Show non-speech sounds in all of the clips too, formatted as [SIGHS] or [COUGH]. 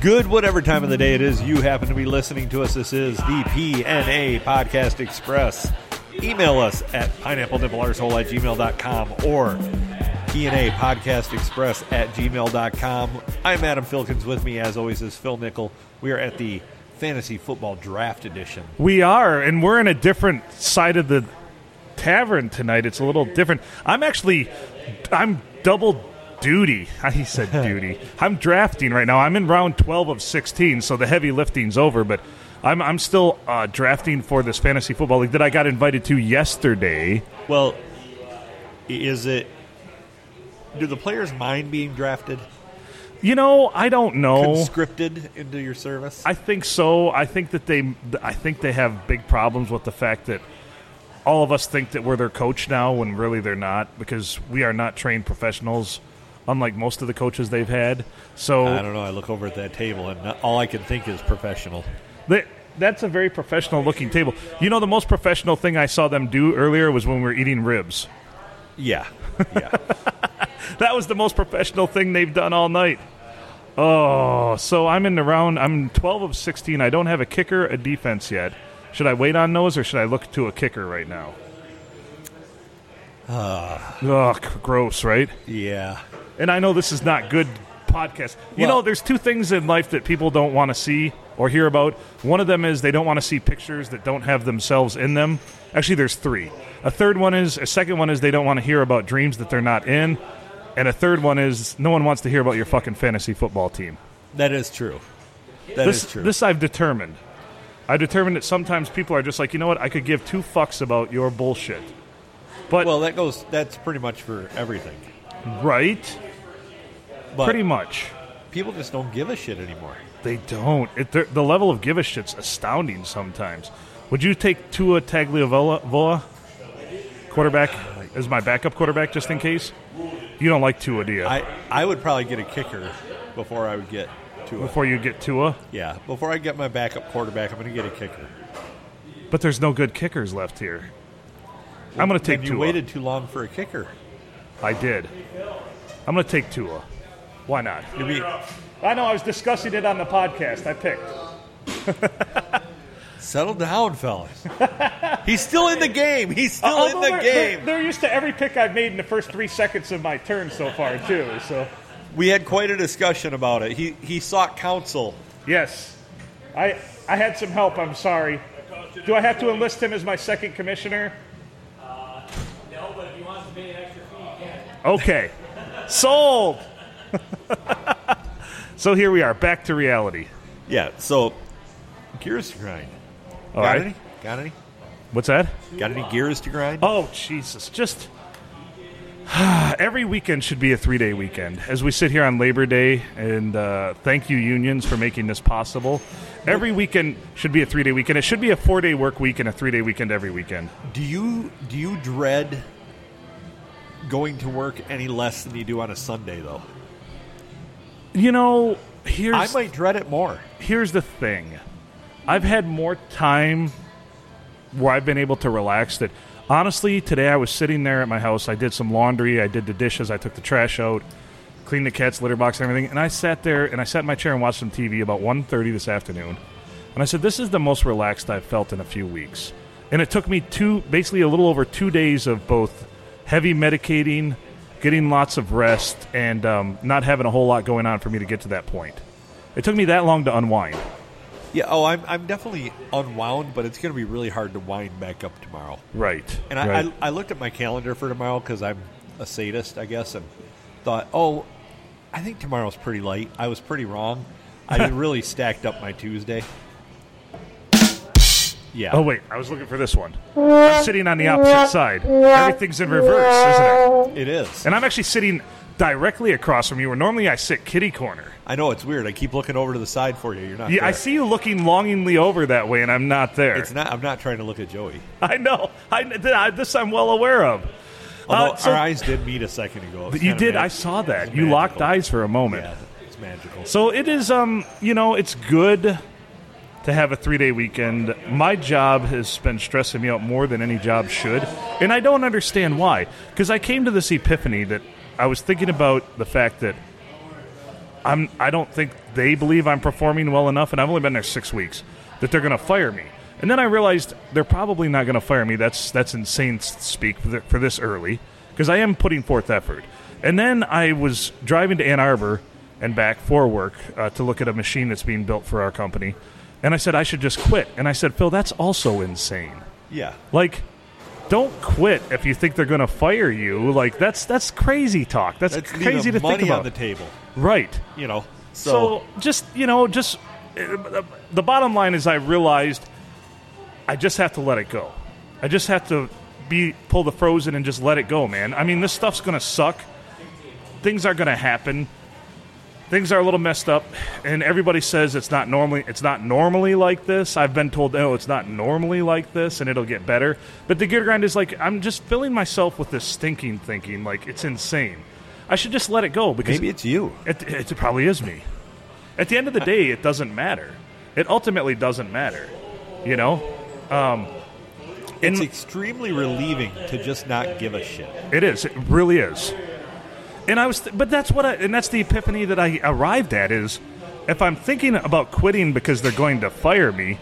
good, whatever time of the day it is you happen to be listening to us. This is the PNA Podcast Express. Email us at pineapplenipplearsehole at gmail.com or PNA Podcast Express at gmail.com. I'm Adam Filkins. With me, as always, is Phil Nickel. We are at the Fantasy Football Draft Edition. We are, and we're in a different side of the tavern tonight. It's a little different. I'm actually, I'm double duty. [LAUGHS] He said duty. I'm drafting right now. I'm in round 12 of 16, so the heavy lifting's over, but I'm, I'm still uh, drafting for this fantasy football league that I got invited to yesterday. Well, i- is it. Do the players mind being drafted, You know, I don't know. conscripted into your service? I think so. I think that they, I think they have big problems with the fact that all of us think that we're their coach now, when really they're not, because we are not trained professionals, unlike most of the coaches they've had. I So don't know. I look over at that table, and not- all I can think is professional. they, that's a very professional looking table. You know, the most professional thing I saw them do earlier was when we were eating ribs. Yeah, [LAUGHS] yeah. That was the most professional thing they've done all night. Oh, so I'm in the round. I'm 12 of 16. I don't have a kicker, a defense yet. Should I wait on those, or should I look to a kicker right now? Ugh, gross, right? yeah. And I know this is not good podcast. You Well- know, there's two things in life that people don't want to see or hear about. One of them is they don't want to see pictures that don't have themselves in them. Actually, there's three. A third one is a second one is they don't want to hear about dreams that they're not in. And a third one is no one wants to hear about your fucking fantasy football team. That is true. That is this true. this I've determined. I determined that sometimes people are just like, you know what, I could give two fucks about your bullshit. But well, that goes. That's pretty much for everything. right? But Pretty much. people just don't give a shit anymore. They don't. It, they're- the level of give a shit's astounding sometimes. Would you take Tua Tagliavola, Vola, quarterback, as my backup quarterback just in case? You don't like Tua, do you? I I would probably get a kicker before I would get to a Before you get Tua, yeah. Before I get my backup quarterback, I'm going to get a kicker. but there's no good kickers left here. I'm going to take And you Tua. waited too long for a kicker. I did. I'm going to take Tua. Why not? You'd be I know I was discussing it on the podcast. I picked. settle down, fellas. [LAUGHS] He's still in the game. He's still Oh, in the they're, game. They're, they're used to every pick I've made in the first three seconds of my turn so far, too. So. we had quite a discussion about it. He he sought counsel. Yes. I I had some help, I'm sorry. Do I have to enlist him as my second commissioner? Uh, No, but if you want to pay an extra fee, you can. Okay. Sold. [LAUGHS] so here we are, back to reality. Yeah. So gears to grind. Got All right. any? Got any? What's that? Got any gears to grind? Oh, Jesus. Just [SIGHS] every weekend should be a three day weekend. As we sit here on Labor Day, and uh, thank you, unions, for making this possible. Every weekend should be a three day weekend. It should be a four day work week and a three day weekend every weekend. Uh, Do you do you dread going to work any less than you do on a Sunday though? You know, here's. I might dread it more. here's the thing i've had more time where i've been able to relax that honestly today i was sitting there at my house i did some laundry i did the dishes i took the trash out cleaned the cat's litter box and everything and i sat there and i sat in my chair and watched some tv about 1.30 this afternoon and i said this is the most relaxed i've felt in a few weeks and it took me two basically a little over two days of both heavy medicating getting lots of rest and um, not having a whole lot going on for me to get to that point it took me that long to unwind Yeah, oh, I'm I'm definitely unwound, but it's going to be really hard to wind back up tomorrow. Right. And I, I, I looked at my calendar for tomorrow because I'm a sadist, I guess, and thought, oh, I think tomorrow's pretty light. I was pretty wrong. [LAUGHS] I really stacked up my Tuesday. Yeah. oh wait, I was looking for this one. I'm sitting on the opposite side. Everything's in reverse, isn't it? it is. And I'm actually sitting directly across from you, where normally I sit kitty corner. I know it's weird. I keep looking over to the side for you. You're not. Yeah, I there. see you looking longingly over that way, and I'm not there. It's not. I'm not trying to look at Joey. [LAUGHS] I know. I, th- I- this I'm well aware of. Uh, Although so- our eyes did meet a second ago. It was You kinda did. mag- I saw that. it's You locked magical. eyes for a moment. Yeah, it's magical. So it is, um, you know, it's good to have a three day weekend. My job has been stressing me out more than any job should, and I don't understand why. Because I came to this epiphany that I was thinking about the fact that I'm I don't think they believe I'm performing well enough, and I've only been there six weeks that they're going to fire me. And then I realized they're probably not going to fire me. That's that's insane s- speak for, th for this early because I am putting forth effort. And then I was driving to Ann Arbor and back for work uh, to look at a machine that's being built for our company, and I said I should just quit. And I said, Phil, that's also insane. Yeah. Like, don't quit if you think they're going to fire you. Like that's that's crazy talk. That's, That's crazy to money think about. on the table. right. You know. So, just you know, just uh, the bottom line is I realized I just have to let it go. I just have to be pull the frozen and just let it go, man. I mean, this stuff's gonna suck. Things are gonna happen. Things are a little messed up, and everybody says it's not normally it's not normally like this. I've been told no, it's not normally like this, and it'll get better. But the gear grind is like I'm just filling myself with this stinking thinking, like it's insane. I should just let it go because maybe it's you. it, it probably is me. At the end of the day, it doesn't matter. It ultimately doesn't matter. You know, It's extremely relieving to just not give a shit. it is. It really is. And I was, th- but that's what, I, and that's the epiphany that I arrived at is, if I'm thinking about quitting because they're going to fire me,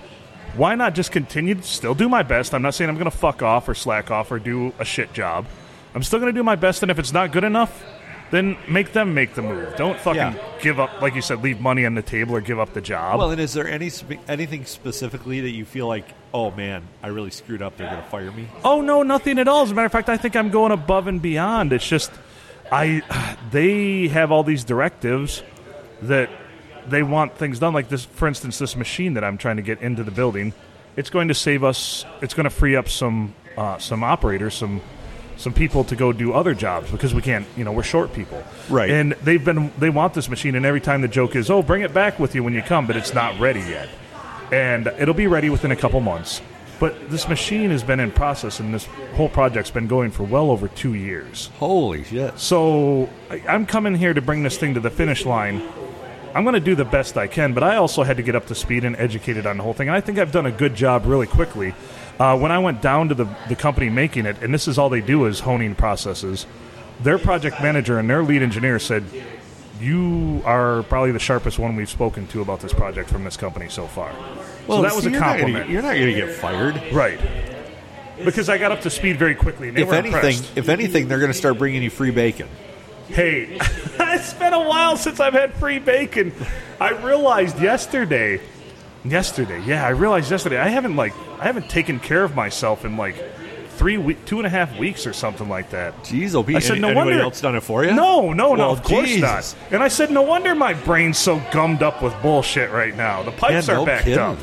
why not just continue to still do my best? I'm not saying I'm going to fuck off or slack off or do a shit job. I'm still going to do my best, and if it's not good enough, then make them make the move. Don't fucking Yeah. give up, like you said, leave money on the table or give up the job. Well, and is there any spe- anything specifically that you feel like, oh man, I really screwed up. They're going to fire me. Oh no, nothing at all. As a matter of fact, I think I'm going above and beyond. It's just I they have all these directives that they want things done like this for instance this machine that I'm trying to get into the building. It's going to save us it's going to free up some uh, some operators, some some people to go do other jobs because we can't, you know, we're short people. Right. And they've been they want this machine and every time the joke is, "Oh, bring it back with you when you come," but it's not ready yet and it'll be ready within a couple months. But this machine has been in process, and this whole project's been going for well over two years. Holy shit! So I- I'm coming here to bring this thing to the finish line. I'm going to do the best I can, but I also had to get up to speed and educated on the whole thing. And I think I've done a good job really quickly. Uh, when I went down to the, the company making it, and this is all they do is honing processes, their project manager and their lead engineer said, You are probably the sharpest one we've spoken to about this project from this company so far. so that was see, a you're not gonna- compliment. You're not going to get fired. Right. Because I got up to speed very quickly. And they if were anything, impressed. if anything, they're going to start bringing you free bacon. Hey, [LAUGHS] it's been a while since I've had free bacon. I realized yesterday, yesterday, yeah, I realized yesterday I haven't like I haven't taken care of myself in like three we- two and a half weeks or something like that. Jeez, will be. I said, any- no anybody wonder- else done it for you? No, no, no, Well, of course Jesus. not. And I said, no wonder my brain's so gummed up with bullshit right now. The pipes Yeah, are no backed kidding. up.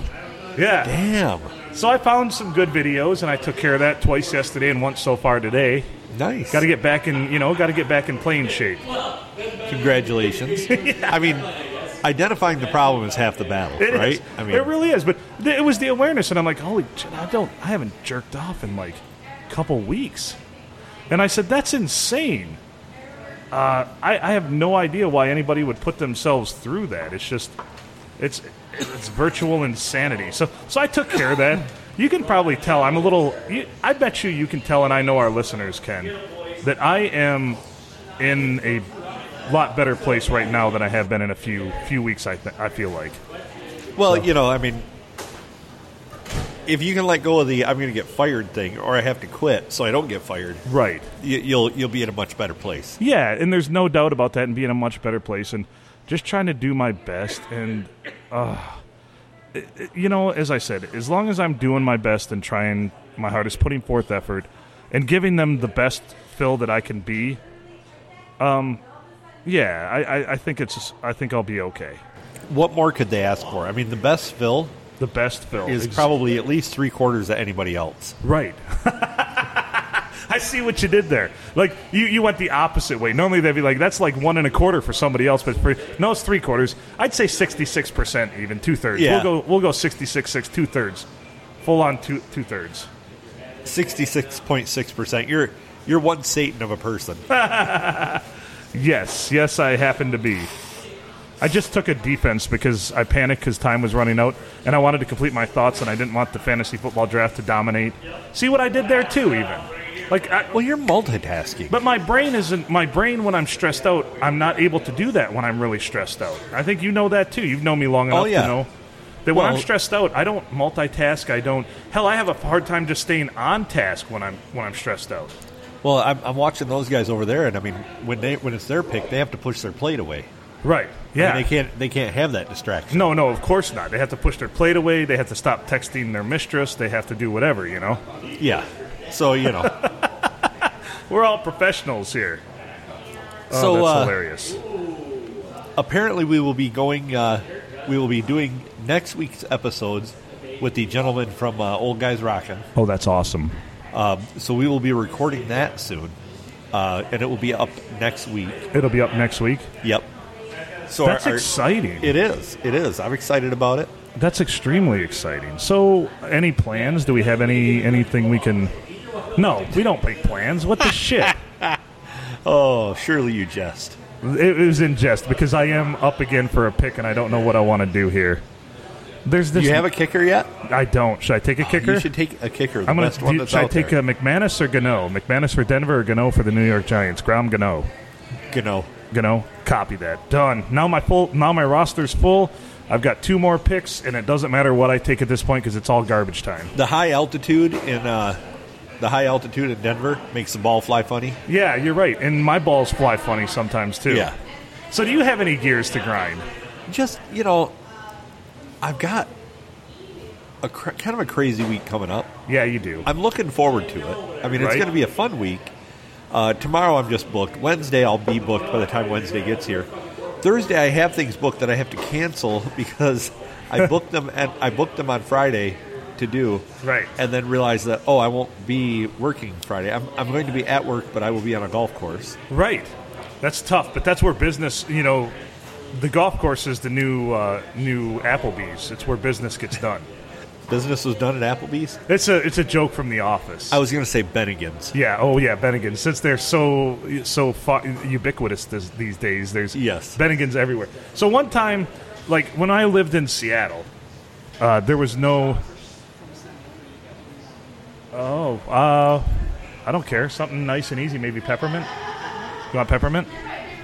Yeah. Damn. So I found some good videos, and I took care of that twice yesterday and once so far today. Nice. Got to get back in, you know, got to get back in playing shape. Congratulations. [LAUGHS] I mean, identifying the problem is half the battle, It is. right? I mean, it really is. But th- it was the awareness, and I'm like, holy shit, I don't, I haven't jerked off in like a couple weeks, and I said, that's insane. Uh, I, I have no idea why anybody would put themselves through that. It's just, it's, it's virtual insanity. So, so I took care of that. You can probably tell I'm a little. You, I bet you you can tell, and I know our listeners can, that I am in a lot better place right now than I have been in a few few weeks. I th- I feel like. well, you know, I mean, if you can let go of the "I'm going to get fired" thing, or I have to quit so I don't get fired, Right. you, you'll you'll be in a much better place. Yeah, and there's no doubt about that, and be in a much better place, and just trying to do my best. And, uh, it- it- you know, as I said, as long as I'm doing my best and trying my hardest, putting forth effort, and giving them the best fill that I can be, um, yeah, I, I, I think it's, I think I'll be okay. What more could they ask for? I mean, the best Phil The best fill is Ex- probably at least three quarters of anybody else. Right. [LAUGHS] I see what you did there. Like you, you went the opposite way. Normally they'd be like, "That's like one and a quarter for somebody else," but for, no, it's three quarters. I'd say sixty-six percent, even two thirds. Yeah. We'll go, we'll go sixty-six, six, two thirds, full on two two thirds. Sixty-six point six percent. You're you're one Satan of a person. Yes, yes, I happen to be. I just took a defense because I panicked because time was running out, and I wanted to complete my thoughts, and I didn't want the fantasy football draft to dominate. See what I did there too, even. Like, I, Well, you're multitasking. but my brain isn't. My brain, when I'm stressed out, I'm not able to do that when I'm really stressed out. I think you know that too. You've known me long enough Oh, yeah. to know that when I'm Well- stressed out, I don't multitask. I don't. Hell, I have a hard time just staying on task when I'm when I'm stressed out. well, I'm, I'm watching those guys over there, and I mean, when they when it's their pick, they have to push their plate away. I Right. mean, Yeah. they can't they can't have that distraction. No, no, of course not. They have to push their plate away. They have to stop texting their mistress. They have to do whatever, you know? Yeah. So you [LAUGHS] know. Oh, We're all professionals here. Oh, so that's uh, hilarious. apparently we will be going uh, we will be doing next week's episodes with the gentleman from uh, old guys rockin' Oh, that's awesome. um, so we will be recording that soon uh, and it will be up next week It'll be up next week. yep so That's our- our- exciting. it is it is i'm excited about it That's extremely exciting. So, any plans? Do we have any anything we can? No, we don't make plans. What the shit? oh surely you jest It was in jest because I am up again for a pick and I don't know what I want to do here. There's this. you have a kicker yet I don't. Should I take a kicker? you should take a kicker the I'm gonna. best one Do, that's should I out take there uh McManus or Gano? McManus for Denver or Gano for the New York Giants? Graham Gano. you know Gano. Copy that. Done. Now my full. Now my roster's full. I've got two more picks, and it doesn't matter what I take at this point because it's all garbage time. the high altitude in uh, the high altitude in denver makes the ball fly funny Yeah, you're right. And my balls fly funny sometimes too. yeah So do you have any gears to grind? just you know, I've got a cr- kind of a crazy week coming up. Yeah, you do. I'm looking forward to it. I mean, it's Right. going to be a fun week. Uh, tomorrow I'm just booked. Wednesday I'll be booked by the time Wednesday gets here. Thursday I have things booked that I have to cancel [LAUGHS] because [LAUGHS] I booked them and I booked them on Friday to do. Right. And then realized that oh I won't be working Friday. I'm, I'm going to be at work, but I will be on a golf course. Right. That's tough, but that's where business. You know, the golf course is the new uh, new Applebee's. It's where business gets done. Business was done at Applebee's. It's a it's a joke from The Office. I was going to say Bennigan's. yeah. Oh yeah, Bennigan. Since they're so so fu- ubiquitous this, these days, there's Yes. Bennigan's everywhere. So one time, like when I lived in Seattle, uh, there was no. Oh, uh, I don't care. Something nice and easy, maybe peppermint. You want peppermint?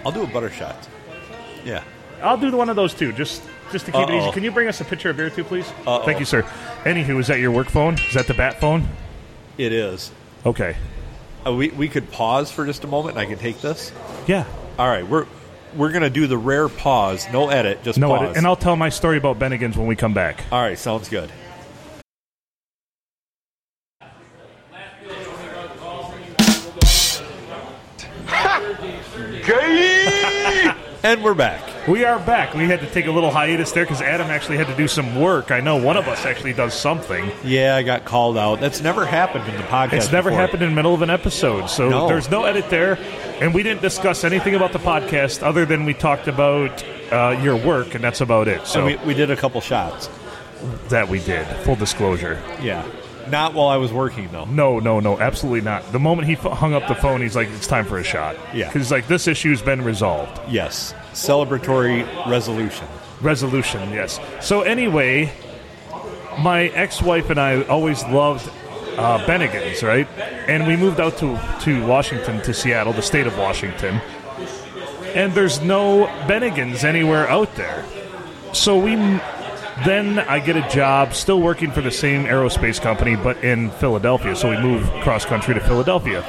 I'll do a butter shot. Yeah. I'll do one of those too, just just to keep it Uh-oh. easy. Can you bring us a picture of beer too, please? Uh-oh. Thank you, sir. Anywho, is that your work phone? Is that the bat phone? It is. Okay. Uh, we we could pause for just a moment, and I can take this. Yeah. All right, we're we're gonna do the rare pause, no edit, just No, pause. edit. and I'll tell my story about Bennigan's when we come back. All right, sounds good. and we're back. We are back. We had to take a little hiatus there because Adam actually had to do some work. I know one of us actually does something. Yeah, I got called out. That's never happened in the podcast. It's never before. happened in the middle of an episode, so No. there's no edit there. And we didn't discuss anything about the podcast other than we talked about uh, your work, and that's about it. So And we, we did a couple shots. that we did. Full disclosure. Yeah, not while I was working though. No, no, no, absolutely not. The moment he f- hung up the phone, he's like, "It's time for a shot." Yeah. because like this issue's been resolved. Yes, celebratory resolution. [LAUGHS] Resolution, yes. So anyway, my ex-wife and I always loved uh, Bennigan's, right? And we moved out to to Washington, to Seattle, the state of Washington. And there's no Bennigan's anywhere out there, so we. m- Then I get a job, still working for the same aerospace company, but in Philadelphia. So we move cross country to Philadelphia,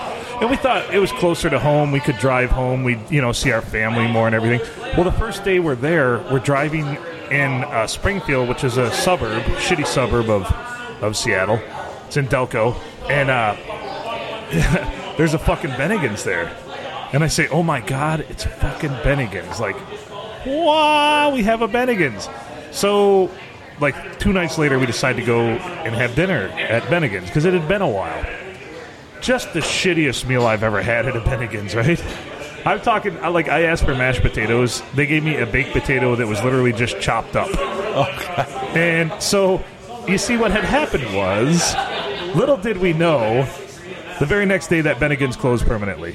and we thought it was closer to home. We could drive home. We, would you know, see our family more and everything. Well, the first day we're there, we're driving in uh, Springfield, which is a suburb, shitty suburb of of Seattle. It's in Delco, and uh, [LAUGHS] there's a fucking Bennigan's there. And I say, oh my God, it's fucking Bennigan's. Like, wow, we have a Bennigan's. So, like, two nights later, we decide to go and have dinner at Bennigan's because it had been a while. Just the shittiest meal I've ever had at a Bennigan's, [LAUGHS] right? I'm talking, I- like, I asked for mashed potatoes. They gave me a baked potato that was literally just chopped up. Oh, And so, you see, what had happened was, little did we know, the very next day that Bennigan's closed permanently.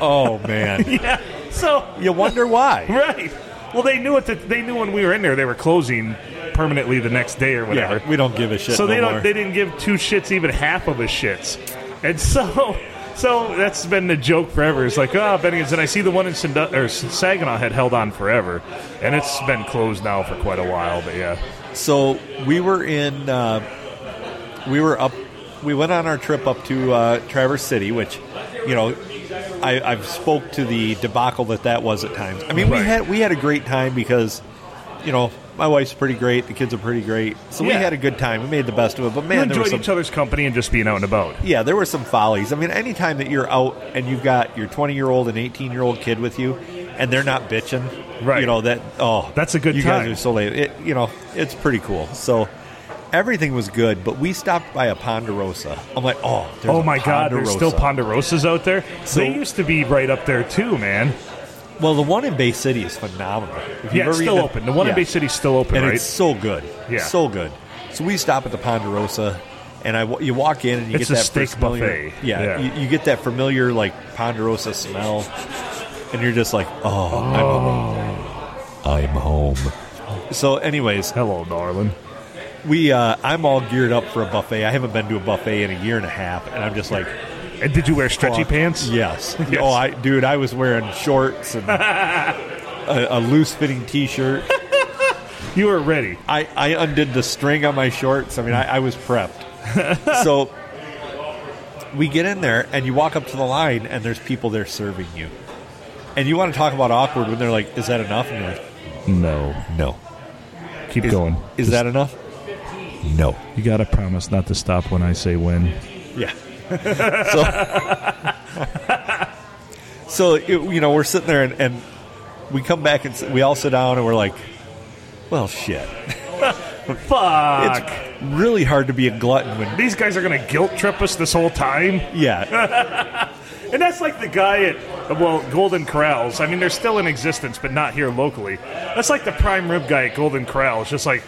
Oh [LAUGHS] man, Yeah. So you wonder why. [LAUGHS] right. Well, they knew it. That they knew when we were in there, they were closing permanently the next day or whatever. Yeah, we don't give a shit. so no they don't. more. They didn't give two shits, even half of a shits. And [LAUGHS] so, so that's been the joke forever. It's like, ah, Bennington's. And I see the one in Sindu- or Saginaw had held on forever, and it's been closed now for quite a while. But yeah, So we were in, uh, we were up, we went on our trip up to uh, Traverse City, which, you know, I, I've spoke to the debacle that that was at times. I mean, we Right. had we had a great time because, you know, my wife's pretty great, the kids are pretty great, so we Yeah. had a good time. We made the best of it, but you man, there was enjoyed some each other's company and just being out and about. yeah, there were some follies. I mean, anytime that you're out and you've got your 20 year old and 18 year old kid with you, and they're not bitching, Right. You know that. Oh, That's a good You time. guys are so late. It, you know, it's pretty cool. So everything was good, but we stopped by a Ponderosa. I'm like, oh, there's oh a my God, there's still Ponderosa. ponderosas out there. So- they used to be right up there too, man. Well, the one in Bay City is phenomenal. If you've Yeah, it's ever still eaten- open. The one in Yeah. Bay City's still open, and right? it's so good. Yeah. so good. So we stop at the Ponderosa, and I wa- you walk in and you It's get a that steak first familiar, buffet. Yeah, Yeah. You, you get that familiar like Ponderosa smell, and you're just like, oh, I'm home. I'm home. So, anyways, Hello, darling. we uh, I'm all geared up for a buffet. I haven't been to a buffet in a year and a half, and I'm just like, And did you wear stretchy fuck. pants? Yes. [LAUGHS] Yes. Oh, I dude, I was wearing shorts [LAUGHS] and a, a loose fitting T-shirt. You were ready. I, I undid the string on my shorts. I mean, I, I was prepped. so we get in there, and you walk up to the line, and there's people there serving you. And you want to talk about awkward when they're like, "Is that enough?" And you're like, No. "No." Keep Is, going. is that enough? No. You gotta promise not to stop when I say when. [LAUGHS] Yeah. so, so it- you know, we're sitting there, and, and we come back, and s- we all sit down, and we're like, "Well, shit." Fuck! It's really hard to be a glutton when. These guys are gonna guilt trip us this whole time. Yeah. And that's like the guy at, well, Golden Corrals. I mean, they're still in existence, but not here locally. That's like the prime rib guy at Golden Corrals. Just like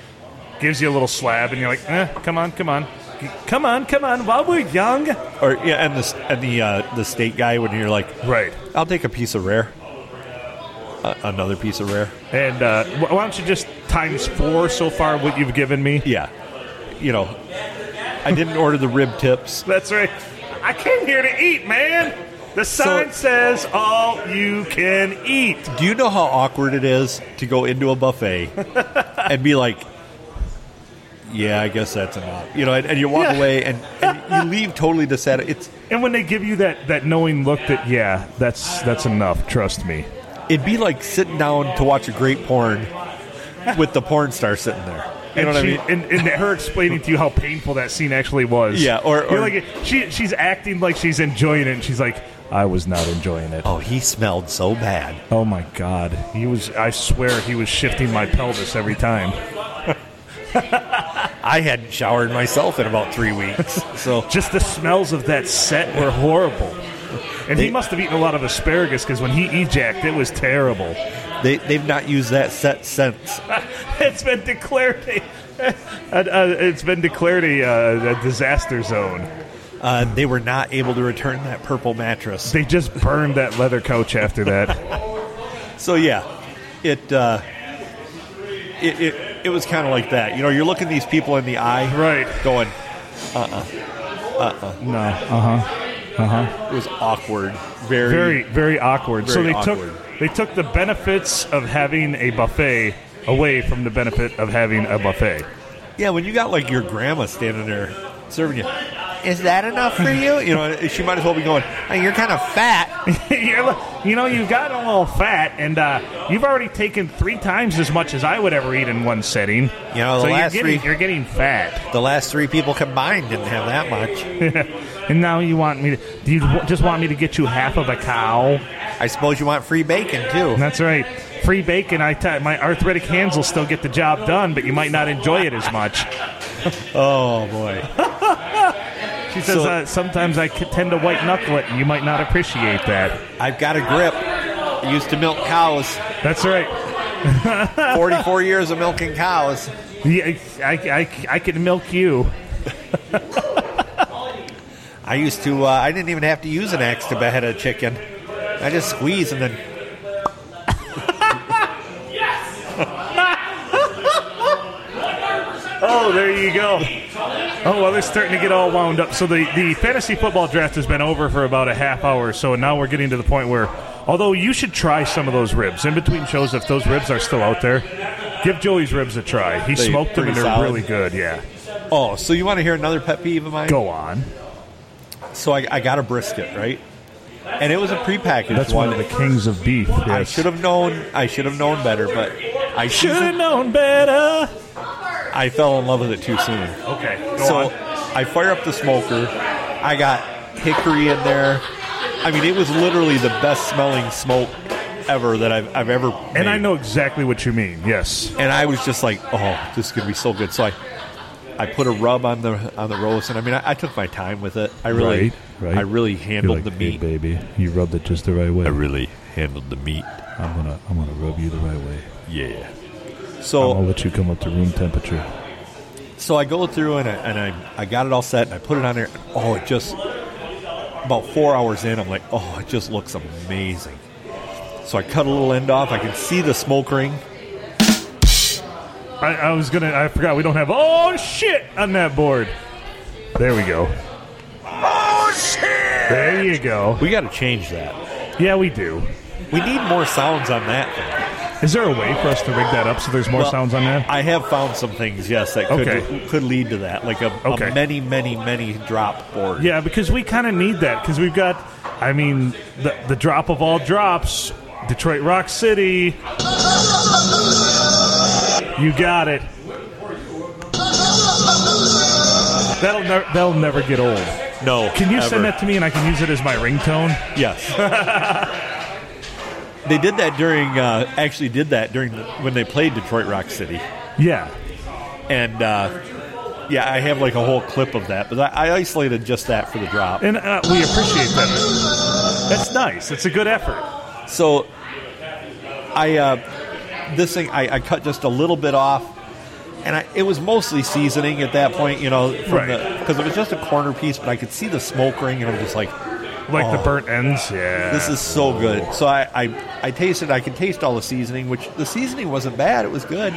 gives you a little slab, and you're like, eh, come on, come on. Come on, come on, while we're young. Or yeah, and the and the uh, the steak guy when you're like, Right. I'll take a piece of rare, uh, another piece of rare. And uh, wh- why don't you just times four so far what you've given me? Yeah, you know, I didn't order the rib tips. That's right. I came here to eat, man. The sign says all you can eat. Do you know how awkward it is to go into a [LAUGHS] buffet and be like, Yeah, I guess that's enough. You know, and, and you walk Yeah. away and, and you leave totally dissatisfied. It's And when they give you that, that knowing look that yeah, that's that's enough, trust me. it'd be like sitting down to watch a great porn with the porn star sitting there. You know and what I she, mean? And, and her explaining to you how painful that scene actually was. Yeah, or- You're or- like she she's acting like she's enjoying it, and she's like, I was not enjoying it. Oh, he smelled so bad. Oh my god, he was. I swear he was shifting my pelvis every time. I hadn't showered myself in about three weeks. [LAUGHS] So Just the smells of that set were horrible. And he must have eaten a lot of asparagus because when he ejected, it was terrible. they, they've not used that set since. [LAUGHS] it's been declared a, uh, uh, it's been declared a, uh, a disaster zone. Uh, they were not able to return that purple mattress. They just burned that leather couch after that. So yeah, it uh, it, it it was kind of like that. You know, you're looking these people in the eye, [LAUGHS] Right. Going, No. Uh huh. it was awkward. Very, Very, very awkward. so Very they awkward. took they took the benefits of having a buffet away from the benefit of having a buffet. yeah. When you got like your grandma standing there serving you, is that enough for you? You know, she might as well be going. Hey, you're kind of fat. [LAUGHS] You're, li- you know, you've gotten a little fat, and uh, you've already taken three times as much as I would ever eat in one sitting. You know, the so last you're getting, three- you're getting fat, [LAUGHS] The last three people combined didn't have that much. and now you want me to? Do you w- just want me to get you half of a cow? I suppose you want free bacon too. That's right. Free bacon. I t- my arthritic hands will still get the job done, but you might not enjoy it as much. Oh boy. [LAUGHS] She says, So- uh, sometimes I c- tend to white knuckle it, and you might not appreciate that. I've got a grip. I used to milk cows. That's right. [LAUGHS] 44 years of milking cows. Yeah, I, I, I can milk you. I used to, uh, I didn't even have to use an axe to behead a chicken. I just squeeze and then. Oh, there you go. Oh, well, they're starting to get all wound up. So the, the fantasy football draft has been over for about a half hour. So now we're getting to the point where, although you should try some of those ribs in between shows, if those ribs are still out there, give Joey's ribs a try. He They smoked them and pretty they're solid. really good. Yeah, Oh, so you want to hear another pet peeve of mine? go on. So I, I got a brisket, right? And it was a prepackaged That's one of the kings of beef. I should have known. I should have known better, but I should have should. known better. I fell in love with it too soon. Okay, go so on. I fire up the smoker. I got hickory in there. I mean, it was literally the best smelling smoke ever that I've, I've ever. And I made. know exactly what you mean. Yes. And I was just like, oh, this is gonna be so good. So I, I put a rub on the on the roast, and I mean, I, I took my time with it. I really, Right, right. I really handled the "Hey, meat. baby. You rubbed it just the right way. really handled the meat. I'm gonna, I'm gonna rub you the right way. Yeah. I'll So let you come up to room temperature. so I go through and I, and I I got it all set and I put it on there. And, oh, it just about four hours in, I'm like, oh, it just looks amazing. So I cut a little end off. I can see the smoke ring. I, I was gonna. I forgot we don't have. Oh shit! On that board. There we go. Oh Oh, shit! There you go. We got to change that. Yeah, we do. We need more sounds on that. Thing. Is there a way for us to rig that up so there's more Well, sounds on that? I have found some things, yes, that could Okay. could lead to that, like a, a Okay. many, many, many drop board. Yeah, because we kind of need that because we've got. I mean, the the drop of all drops, Detroit Rock City. You got it. That'll ne- that'll never get old. No. Can you ever. send that to me and I can use it as my ringtone? Yes. [LAUGHS] they did that during. Uh, actually, did that during the, when they played Detroit Rock City, Yeah. and uh, yeah, I have like a whole clip of that, but I, I isolated just that for the drop. And uh, we appreciate that. That's nice. It's a good effort. So, I uh, this thing I, I cut just a little bit off, and I, it was mostly seasoning at that point, you know, Right. because it was just a corner piece, but I could see the smoke ring, and I'm just like, Like Oh. the burnt ends. Yeah. this is so good. So I, I, I tasted, I could taste all the seasoning, which the seasoning wasn't bad. It was good.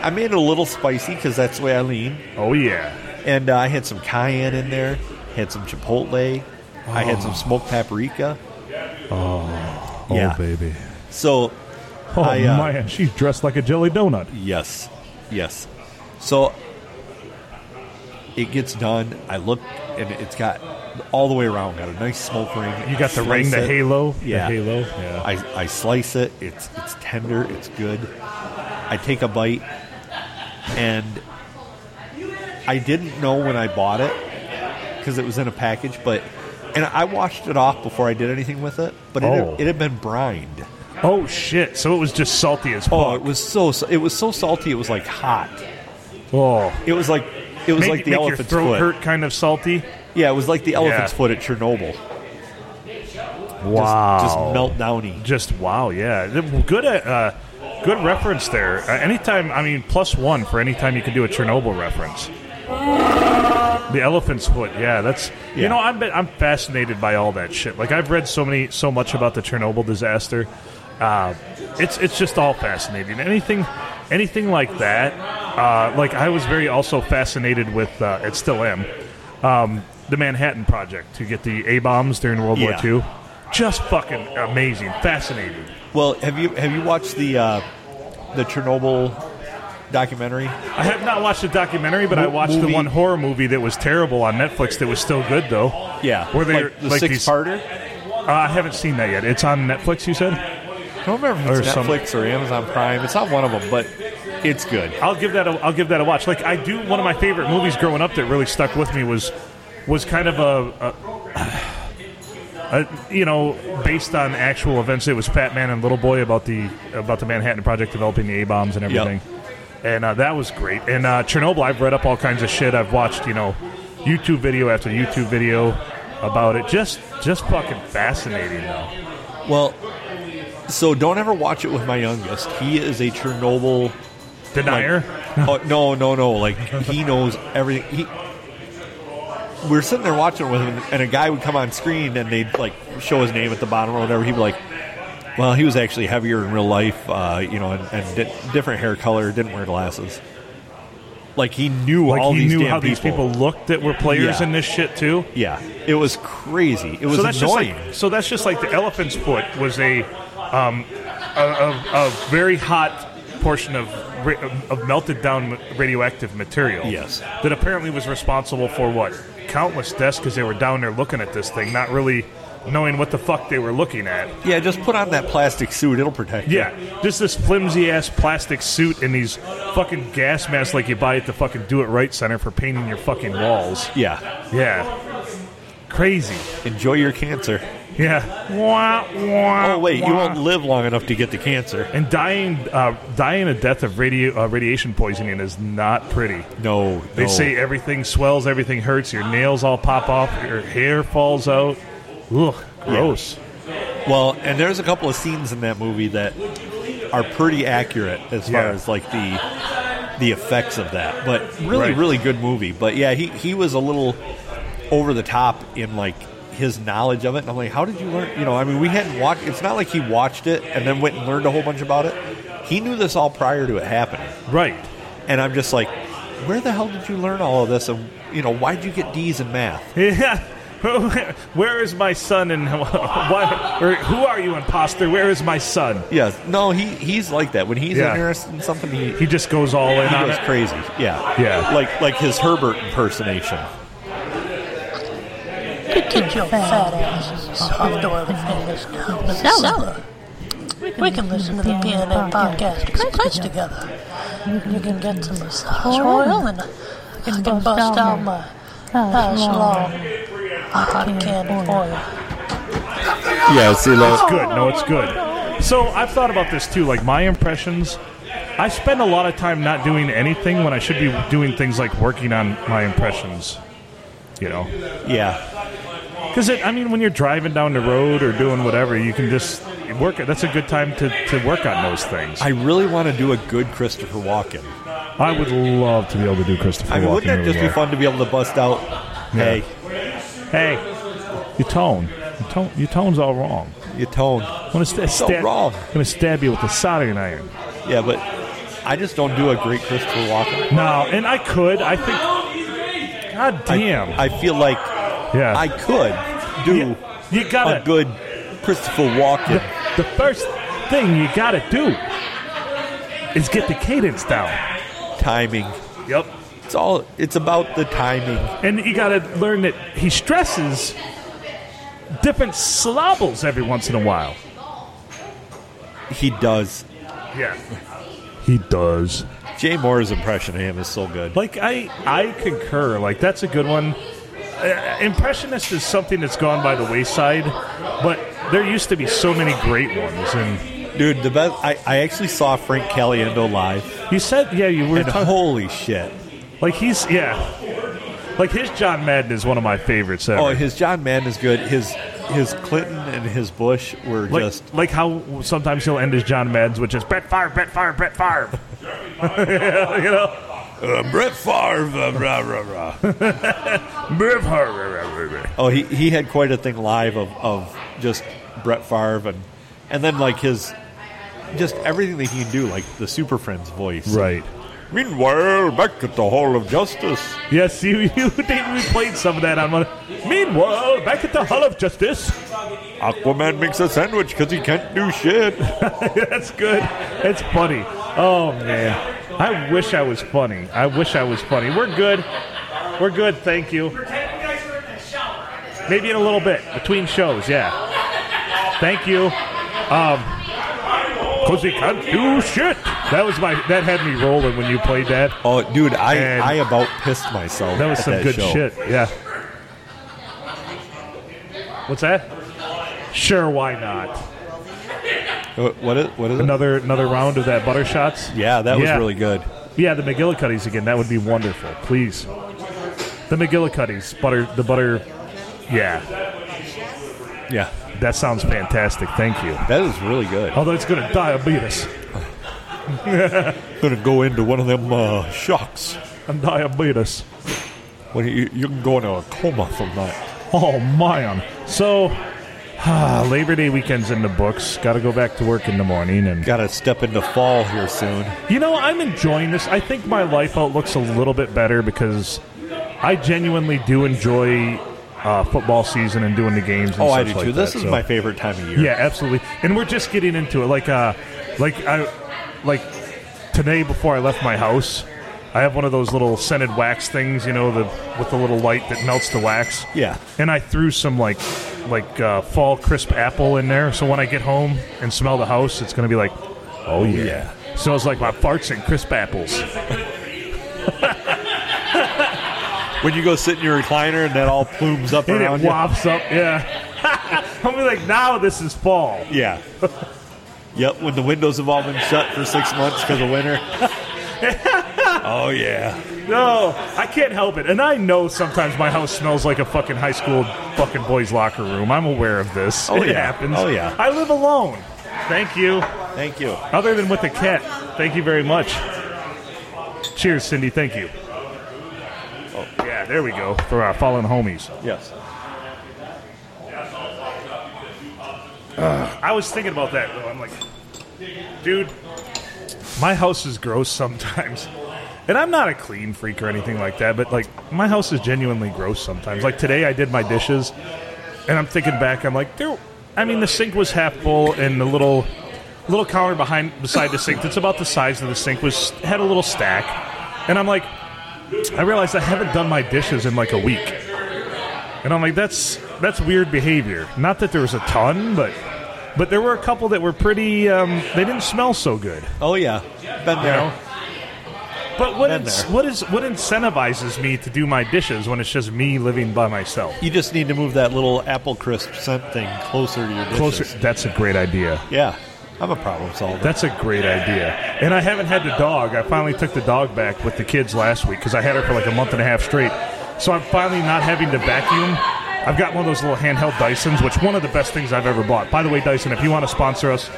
I made it a little spicy because that's the way I lean. Oh yeah. And uh, I had some cayenne in there, had some chipotle, I had some smoked paprika. Oh, Yeah. baby. So, Oh I, uh, man, she's dressed like a jelly donut. yes, yes. So it gets done. I look, and it's got all the way around, got a nice smoke ring. You got the Slice ring, the it. halo. the Yeah. halo. Yeah. I, I slice it. It's it's tender. It's good. I take a bite, and I didn't know when I bought it because it was in a package. But and I washed it off before I did anything with it. But it, Oh. had, it had been brined. Oh shit. So it was just salty as Oh, it fuck. was so it was so salty. It was like hot. Oh. It was like it was Made- like the make elephant's your throat foot. hurt, kind of salty. Yeah, it was like the elephant's Yeah. foot at Chernobyl. Wow. Just, just melt downy. Just wow. Yeah. Th- Good. At, uh, good reference there. Uh, anytime. I mean, plus one for any time you can do a Chernobyl reference. The elephant's foot. Yeah, that's you Yeah. know I'm I'm fascinated by all that shit. Like I've read so many so much about the Chernobyl disaster. Uh, it's it's just all fascinating. Anything anything like that. Uh, like I was very also fascinated with uh, and still am um, the Manhattan Project to get the A bombs during World Yeah. War II. Just fucking amazing, fascinating. Well, have you have you watched the uh, the Chernobyl documentary? I have not watched the documentary, but I Mo- watched the movie. one horror movie that was terrible on Netflix that was still good though. Yeah, Were they like the like these- six-parter? Uh, I haven't seen that yet. It's on Netflix. You said I don't remember if it's Or some- Netflix or Amazon Prime. It's not one of them, but it's good. I'll give that. A, I'll give that a watch. Like I do. One of my favorite movies growing up that really stuck with me was was kind of a, a, a you know based on actual events. It was Fat Man and Little Boy about the about the Manhattan Project developing the A bombs and everything. And uh, that was great. And uh, Chernobyl, I've read up all kinds of shit. I've watched you know YouTube video after YouTube video about it. Just just fucking fascinating though. Well, so don't ever watch it with my youngest. He is a Chernobyl. like- Denier. [LAUGHS] oh, no, no, no! Like he knows everything. He, we are sitting there watching it with him, and a guy would come on screen, and they'd like show his name at the bottom or whatever. He'd be like, "Well, he was actually heavier in real life, uh, you know, and, and di- different hair color, didn't wear glasses." Like he knew Like all he these knew damn how these people looked that were players Yeah. in this shit too. Yeah, it was crazy. It was so that's annoying. Just like, so that's just like the elephant's foot was a um, a, a, a very hot portion of ra- of melted down radioactive material. Yes. that apparently was responsible for what countless deaths because they were down there looking at this thing, not really knowing what the fuck they were looking at. yeah, just put on that plastic suit; it'll protect you. Yeah, just this flimsy ass plastic suit and these fucking gas masks like you buy at the fucking Do It Right Center for painting your fucking walls. Yeah, Yeah, crazy. enjoy your cancer. Yeah. Wah, wah, Oh wait, you wah. won't live long enough to get the cancer. And dying, uh, dying a death of radio, uh, radiation poisoning is not pretty. No, They no. say everything swells, everything hurts, your nails all pop off, your hair falls out. Ugh, gross. Well, and there's a couple of scenes in that movie that are pretty accurate as far Yeah. as like the the effects of that. But really, Right. really good movie. But yeah, he he was a little over the top in like his knowledge of it. And I'm like, how did you learn? You know, I mean, we hadn't watched. It's not like he watched it and then went and learned a whole bunch about it. He knew this all prior to it happening. Right. [LAUGHS] And I'm just like, where the hell did you learn all of this? And you know, why'd you get D's in math? Yeah. Where is my son? And [LAUGHS] why, or who are you, imposter? Where is my son? Yes, no, he he's like that. When he's Yeah. interested in something, he He just goes all in He on goes it. crazy. Yeah. Yeah. Like like his Herbert impersonation. Get your fat asses off the world famous now. Seller. We can listen to the PNA podcast Express together. You can get some massage oil and I can bust out my nice long hot candy oil. Yeah, see It's good. No, it's good. So I've thought about this too. Like my impressions, I spend a lot of time not doing anything when I should be doing things like working on my impressions. You know, Yeah. because I mean, when you're driving down the road or doing whatever, you can just work. That's a good time to, to work on those things. I really want to do a good Christopher Walken. I would love to be able to do Christopher I mean, wouldn't that just be fun to be able to bust out hey, Hey, your tone, your tone, your tone's all wrong. your tone. I'm gonna, sta- So stab- wrong. I'm gonna stab you with a soldering iron. Yeah, but I just don't do a great Christopher Walken. No, and I could. I think. God I- damn. I, feel like yeah. I could do you, you gotta. a good Christopher Walken. the first thing you gotta do is get the cadence down. Timing. Yep. It's all it's about the timing. And you gotta learn that he stresses different syllables every once in a while. He does. Yeah. He does. Jay Moore's impression of him is so good. Like I, I concur. Like that's a good one. Uh, impressionist is something that's gone by the wayside, but there used to be so many great ones. And Dude, the best I, I actually saw Frank Caliendo live you said, yeah, you were and talking, holy shit. like he's yeah, like his John Madden is one of my favorites. Ever. Oh, his John Madden is good. His his Clinton and his Bush were like, just like how sometimes he'll end his John Madden's, which is Brett Favre, Brett Favre, [LAUGHS] Brett Favre. [LAUGHS] you know, uh, Brett Favre. uh, rah, rah, rah. Brett Favre. oh, he he had quite a thing live of of just Brett Favre and and then like his just everything that he can do, like the Super Friends voice. Right. Meanwhile, back at the Hall of Justice. Yes, you [LAUGHS] you think we played some of that on one. Meanwhile, back at the Hall of Justice. Aquaman makes a sandwich because he can't do shit. [LAUGHS] That's good. That's funny. Oh man, I wish I was funny. I wish I was funny. We're good. We're good. Thank you. Pretend you guys are in the shower. Maybe in a little bit between shows. Yeah. Thank you. Um, cause he can't do shit. That was my. That had me rolling when you played that. Oh, dude, I, And- I about pissed myself. That was at some good show. shit. Yeah. What's that? Sure, why not? What, Uh, what is, what is it? Another another round of that butter shots. Yeah, that was Yeah. really good. Yeah, the McGillicuddies again. That would be wonderful. Please. The McGillicuddies. Butter, the butter. Yeah, Yeah, that sounds fantastic. Thank you. that is really good. Although it's going to diabetes. gonna go into one of them uh, shocks. And diabetes. When you, you can go into a coma from that. Oh, man. So, [SIGHS] Ah, Labor Day weekend's in the books. Got to go back to work in the morning, and Got to step into fall here soon. you know I'm enjoying this. I think my life outlook's a little bit better because I genuinely do enjoy uh, football season and doing the games. And Oh, I such do like too. This that, is so. my favorite time of year. Yeah, absolutely. And we're just getting into it. Like, uh, like I, like today before I left my house, I have one of those little scented wax things, you know, the with the little light that melts the wax. Yeah. And I threw some like, like uh, fall crisp apple in there. So when I get home and smell the house, it's gonna be like, oh yeah, smells like my farts and crisp apples. When you go sit in your recliner and that all plumes up And around it you. wafts up. Yeah. [LAUGHS] I'll be like, now this is fall. Yeah. yep. When the windows have all been shut for six months because of winter. oh yeah. No, I can't help it. And I know sometimes my house smells like a fucking high school fucking boys' locker room. I'm aware of this. Oh, it yeah. happens. Oh, yeah. I live alone. Thank you. Thank you. Other than with the cat. Thank you very much. Cheers, Cindy. Thank you. Oh, yeah, there we go. For our fallen homies. Yes. I was thinking about that, though. I'm like, dude, my house is gross sometimes. [LAUGHS] And I'm not a clean freak or anything like that, but like my house is genuinely gross sometimes. Like today I did my dishes and I'm thinking back, I'm like, there I mean the sink was half full and the little little counter behind beside the sink that's about the size of the sink was had a little stack. And I'm like I realized I haven't done my dishes in like a week. And I'm like, that's that's weird behavior. Not that there was a ton, but but there were a couple that were pretty um, they didn't smell so good. Oh yeah. Been You there. know? But what Been ins- there. what is what incentivizes me to do my dishes when it's just me living by myself? You just need to move that little apple crisp scent thing closer to your dishes. Closer. That's a great idea. Yeah. I'm a problem solver. That's a great idea. And I haven't had the dog. I finally took the dog back with the kids last week because I had her for like a month and a half straight. So I'm finally not having to vacuum. I've got one of those little handheld Dysons, which one of the best things I've ever bought. By the way, Dyson, if you want to sponsor us,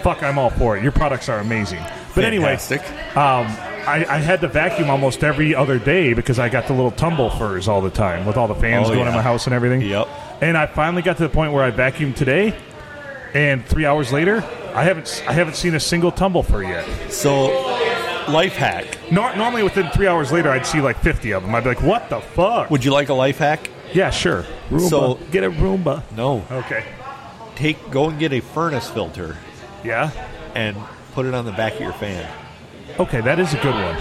fuck, I'm all for it. Your products are amazing. But Fantastic. anyway, um, I, I had to vacuum almost every other day because I got the little tumble furs all the time with all the fans Oh, going in yeah. my house and everything. Yep. And I finally got to the point where I vacuumed today, and three hours later, I haven't I haven't seen a single tumble fur yet. so, life hack. Nor- normally, within three hours later, I'd see like fifty of them. I'd be like, "What the fuck?" Would you like a life hack? yeah, sure. Roomba. So- get a Roomba. No. Okay. Take go and get a furnace filter Yeah. and put it on the back of your fan. Okay, that is a good one.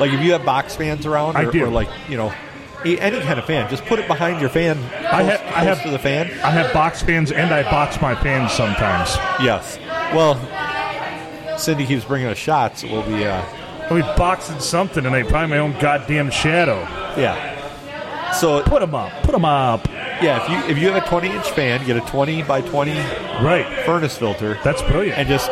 Like if you have box fans around, or, I do. or like you know, a- any kind of fan, just put it behind your fan. I close- have I close have to the fan. I have box fans, and I box my fans sometimes. Yes. Well, Cindy keeps bringing us shots. We'll be uh, I'll be boxing something, and I find my own goddamn shadow. yeah. So Put them up. Put them up. yeah, if you if you have a 20 inch fan, get a 20 by 20 Right. furnace filter That's brilliant. and just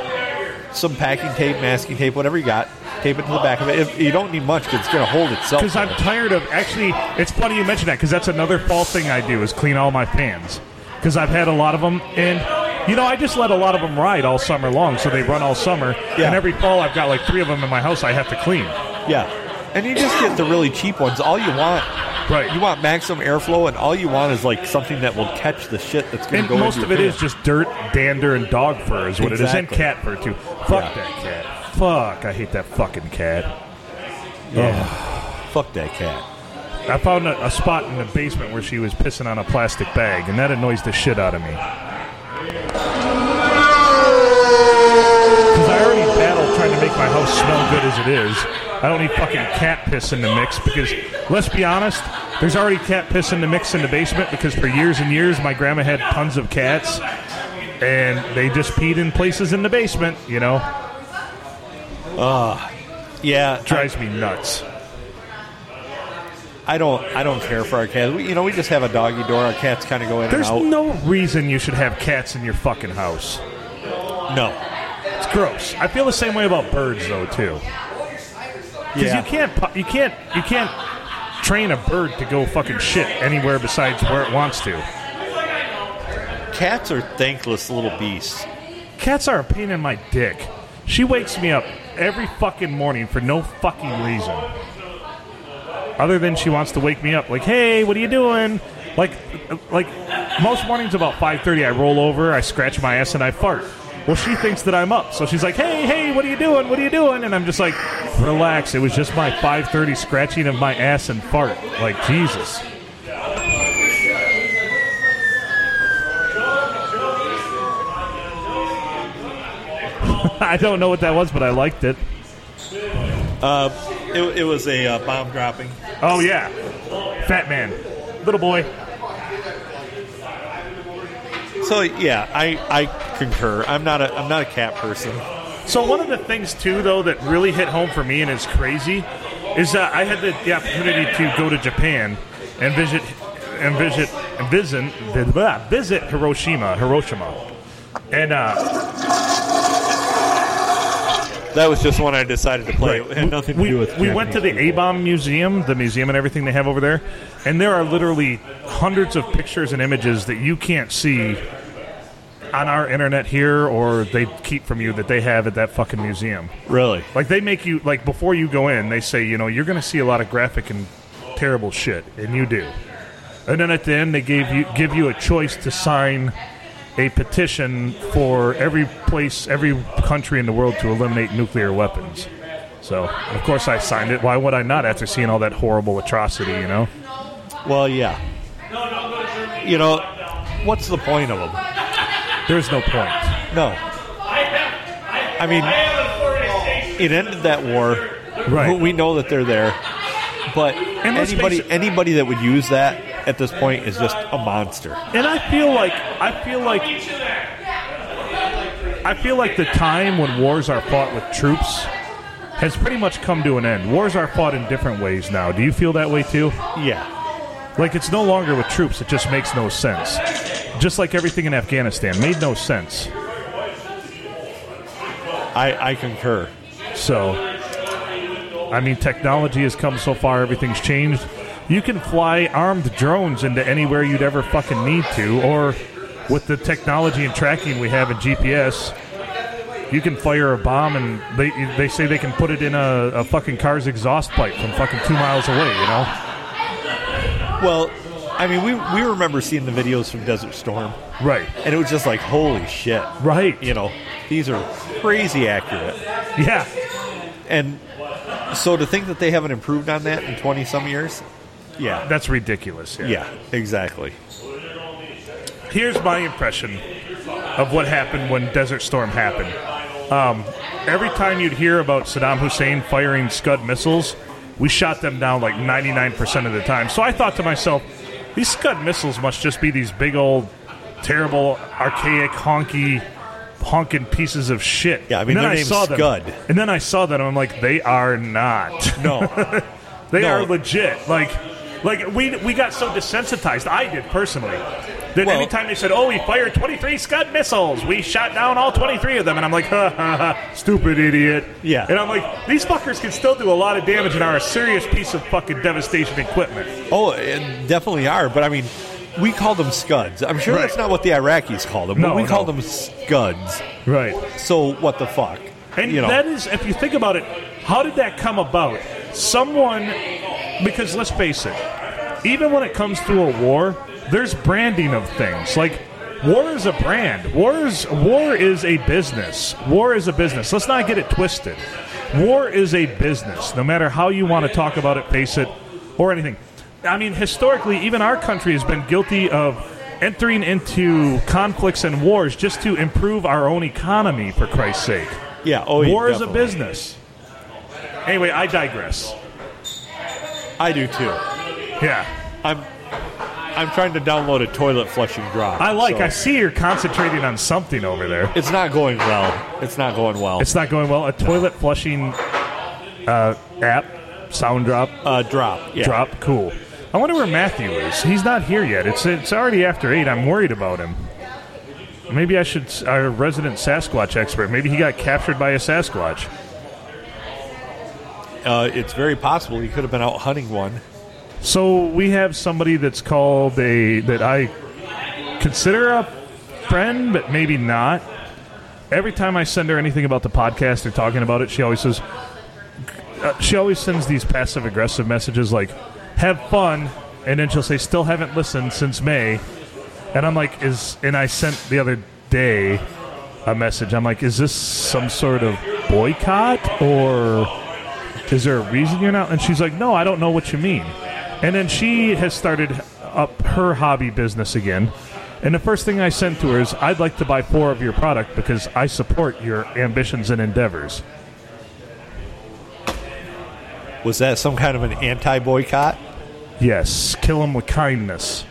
some packing tape, masking tape, whatever you got. Tape it to the back of it. If, you don't need much 'cause it's going to hold itself. Because I'm tired of actually. It's funny you mention that because that's another fall thing I do is clean all my fans because I've had a lot of them and you know I just let a lot of them ride all summer long so they run all summer Yeah. and every fall I've got like three of them in my house I have to clean. Yeah. And you just get the really cheap ones. All you want, Right. You want maximum airflow, and all you want is like something that will catch the shit that's going And to go. most into of it your is fan. just dirt, dander, and dog fur is what it is, and Exactly. cat fur too. Fuck Yeah. that cat. Fuck, I hate that fucking cat. fuck that cat. I found a, a spot in the basement where she was pissing on a plastic bag, and that annoys the shit out of me. Because I already battle trying to make my house smell good as it is. I don't need fucking cat piss in the mix because, let's be honest, there's already cat piss in the mix in the basement because for years and years my grandma had tons of cats and they just peed in places in the basement, you know? Yeah, Drives me nuts. I don't. I don't care for our cats. We, you know, we just have a doggy door. Our cats kind of go in There's and no reason you should have cats in your fucking house. out. No. It's gross. I feel the same way about birds, though, too. Because Yeah. you can't, pu- you can't, you can't train a bird to go fucking shit anywhere besides where it wants to. Cats are thankless little beasts. Cats are a pain in my dick. She wakes me up every fucking morning for no fucking reason. Other than she wants to wake me up, like, "Hey, what are you doing?" Like, like Most mornings about 5:30, I roll over, I scratch my ass, and I fart. Well, she thinks that I'm up, so she's like, "Hey, hey, what are you doing? What are you doing?" And I'm just like, "Relax. It was just my 5:30 scratching of my ass and fart." Like Jesus. [LAUGHS] I don't know what that was, but I liked it. Uh, it, it was a uh, bomb dropping. Oh yeah, fat man, little boy. So yeah, I, I concur. I'm not a I'm not a cat person. So one of the things too, though, that really hit home for me and it's crazy, is that I had the, the opportunity to go to Japan and visit and visit and visit blah, visit Hiroshima, Hiroshima, and uh, That was just one I decided to play. It had nothing to we, do with. we went to the Japanese people. A-bomb museum, the museum and everything they have over there, and there are literally hundreds of pictures and images that you can't see on our internet here, or they keep from you that they have at that fucking museum. Really? Like they make you like before you go in, they say you know you're going to see a lot of graphic and terrible shit, and you do. And then at the end, they gave you give you a choice to sign a petition for every place, every country in the world to eliminate nuclear weapons. So of course I signed it. Why would I not after seeing all that horrible atrocity? You know, Well, yeah. You know, what's the point of them? there's no point. No. I mean, it ended that war. Right. We know that they're there, but And let's anybody face it- anybody that would use that at this point is just a monster. And I feel like I feel like I feel like the time when wars are fought with troops has pretty much come to an end. Wars are fought in different ways now. Do you feel that way too? Yeah. Like it's no longer with troops, it just makes no sense. Just like everything in Afghanistan made no sense. I, I concur. So, I mean, technology has come so far, everything's changed. You can fly armed drones into anywhere you'd ever fucking need to, or with the technology and tracking we have in GPS, you can fire a bomb and they they say they can put it in a, a fucking car's exhaust pipe from fucking two miles away, you know? Well, I mean, we we remember seeing the videos from Desert Storm, Right. and it was just like, holy shit. Right. You know, these are crazy accurate. Yeah. And so to think that they haven't improved on that in 20 some years, yeah. That's ridiculous. Yeah, exactly. here's my impression of what happened when Desert Storm happened. Um, every time you'd hear about Saddam Hussein firing Scud missiles, we shot them down like 99% of the time. So I thought to myself, these Scud missiles must just be these big old, terrible, archaic, honky, honking pieces of shit. Yeah, I mean, And then their name's saw them- Scud. And then I saw them, and I'm like, they are not. [LAUGHS] No. They No. are legit. Like, like we we got so desensitized. I did personally. That Well- anytime they said, "Oh, we fired 23 Scud missiles. We shot down all 23 of them," and I'm like, "Ha ha ha, stupid idiot." Yeah. And I'm like, these fuckers can still do a lot of damage and are a serious piece of fucking devastation equipment. oh, it definitely are, but I mean, we call them scuds. I'm sure Right. that's not what the Iraqis call them. but No, we call no. them scuds. Right. So what the fuck? And you know, that is, if you think about it, how did that come about? Someone, because let's face it, even when it comes to a war, there's branding of things. Like, war is a brand. War is, war is a business. War is a business. Let's not get it twisted. War is a business, no matter how you want to talk about it, face it, or anything. I mean, historically, even our country has been guilty of entering into conflicts and wars just to improve our own economy, for Christ's sake. yeah. Oh, War is a definitely. business. Anyway, I digress. I do too. Yeah, I'm I'm trying to download a toilet flushing drop. I like. so I see you're concentrating on something over there. it's not going well. It's not going well. It's not going well. A toilet flushing uh, app, sound drop, uh, drop. Yeah. drop, cool. I wonder where Matthew is. He's not here yet. It's it's already after eight. I'm worried about him. Maybe I should. Our resident Sasquatch expert. Maybe he got captured by a Sasquatch. Uh, it's very possible he could have been out hunting one. So we have somebody that's called a that I consider a friend, but maybe not. Every time I send her anything about the podcast or talking about it, she always says uh, she always sends these passive aggressive messages like "Have fun," and then she'll say "Still haven't listened since May," And I'm like, is and I sent the other day a message. I'm like, is this some sort of boycott or is there a reason you're not? And she's like, no, I don't know what you mean. And then she has started up her hobby business again. And the first thing I sent to her is, I'd like to buy four of your product because I support your ambitions and endeavors. Was that some kind of an anti boycott? Yes, kill them with kindness.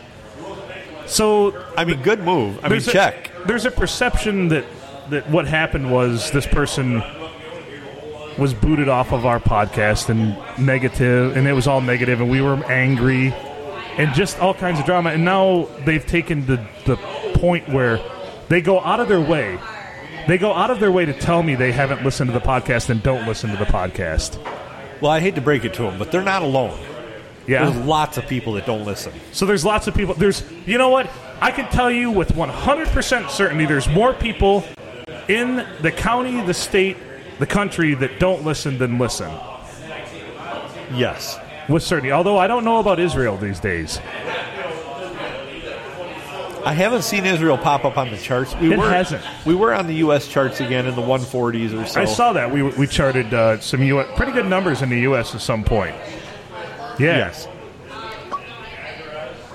So I mean, good move. I mean, there's a- check. there's a perception that that what happened was this person was booted off of our podcast and negative, and it was all negative, and we were angry, and just all kinds of drama. And now they've taken the the point where they go out of their way. They go out of their way to tell me they haven't listened to the podcast and don't listen to the podcast. Well, I hate to break it to them, but they're not alone. Yeah. There's lots of people that don't listen. So there's lots of people. There's, you know what? I can tell you with 100% certainty there's more people in the county, the state, the country that don't listen than listen Yes. with certainty. Although I don't know about Israel these days. I haven't seen Israel pop up on the charts. We It were, hasn't. We were on the U.S. charts again in the 140s or so. I saw that. We, we charted uh, some US, pretty good numbers in the U.S. at some point. Yeah. Yes.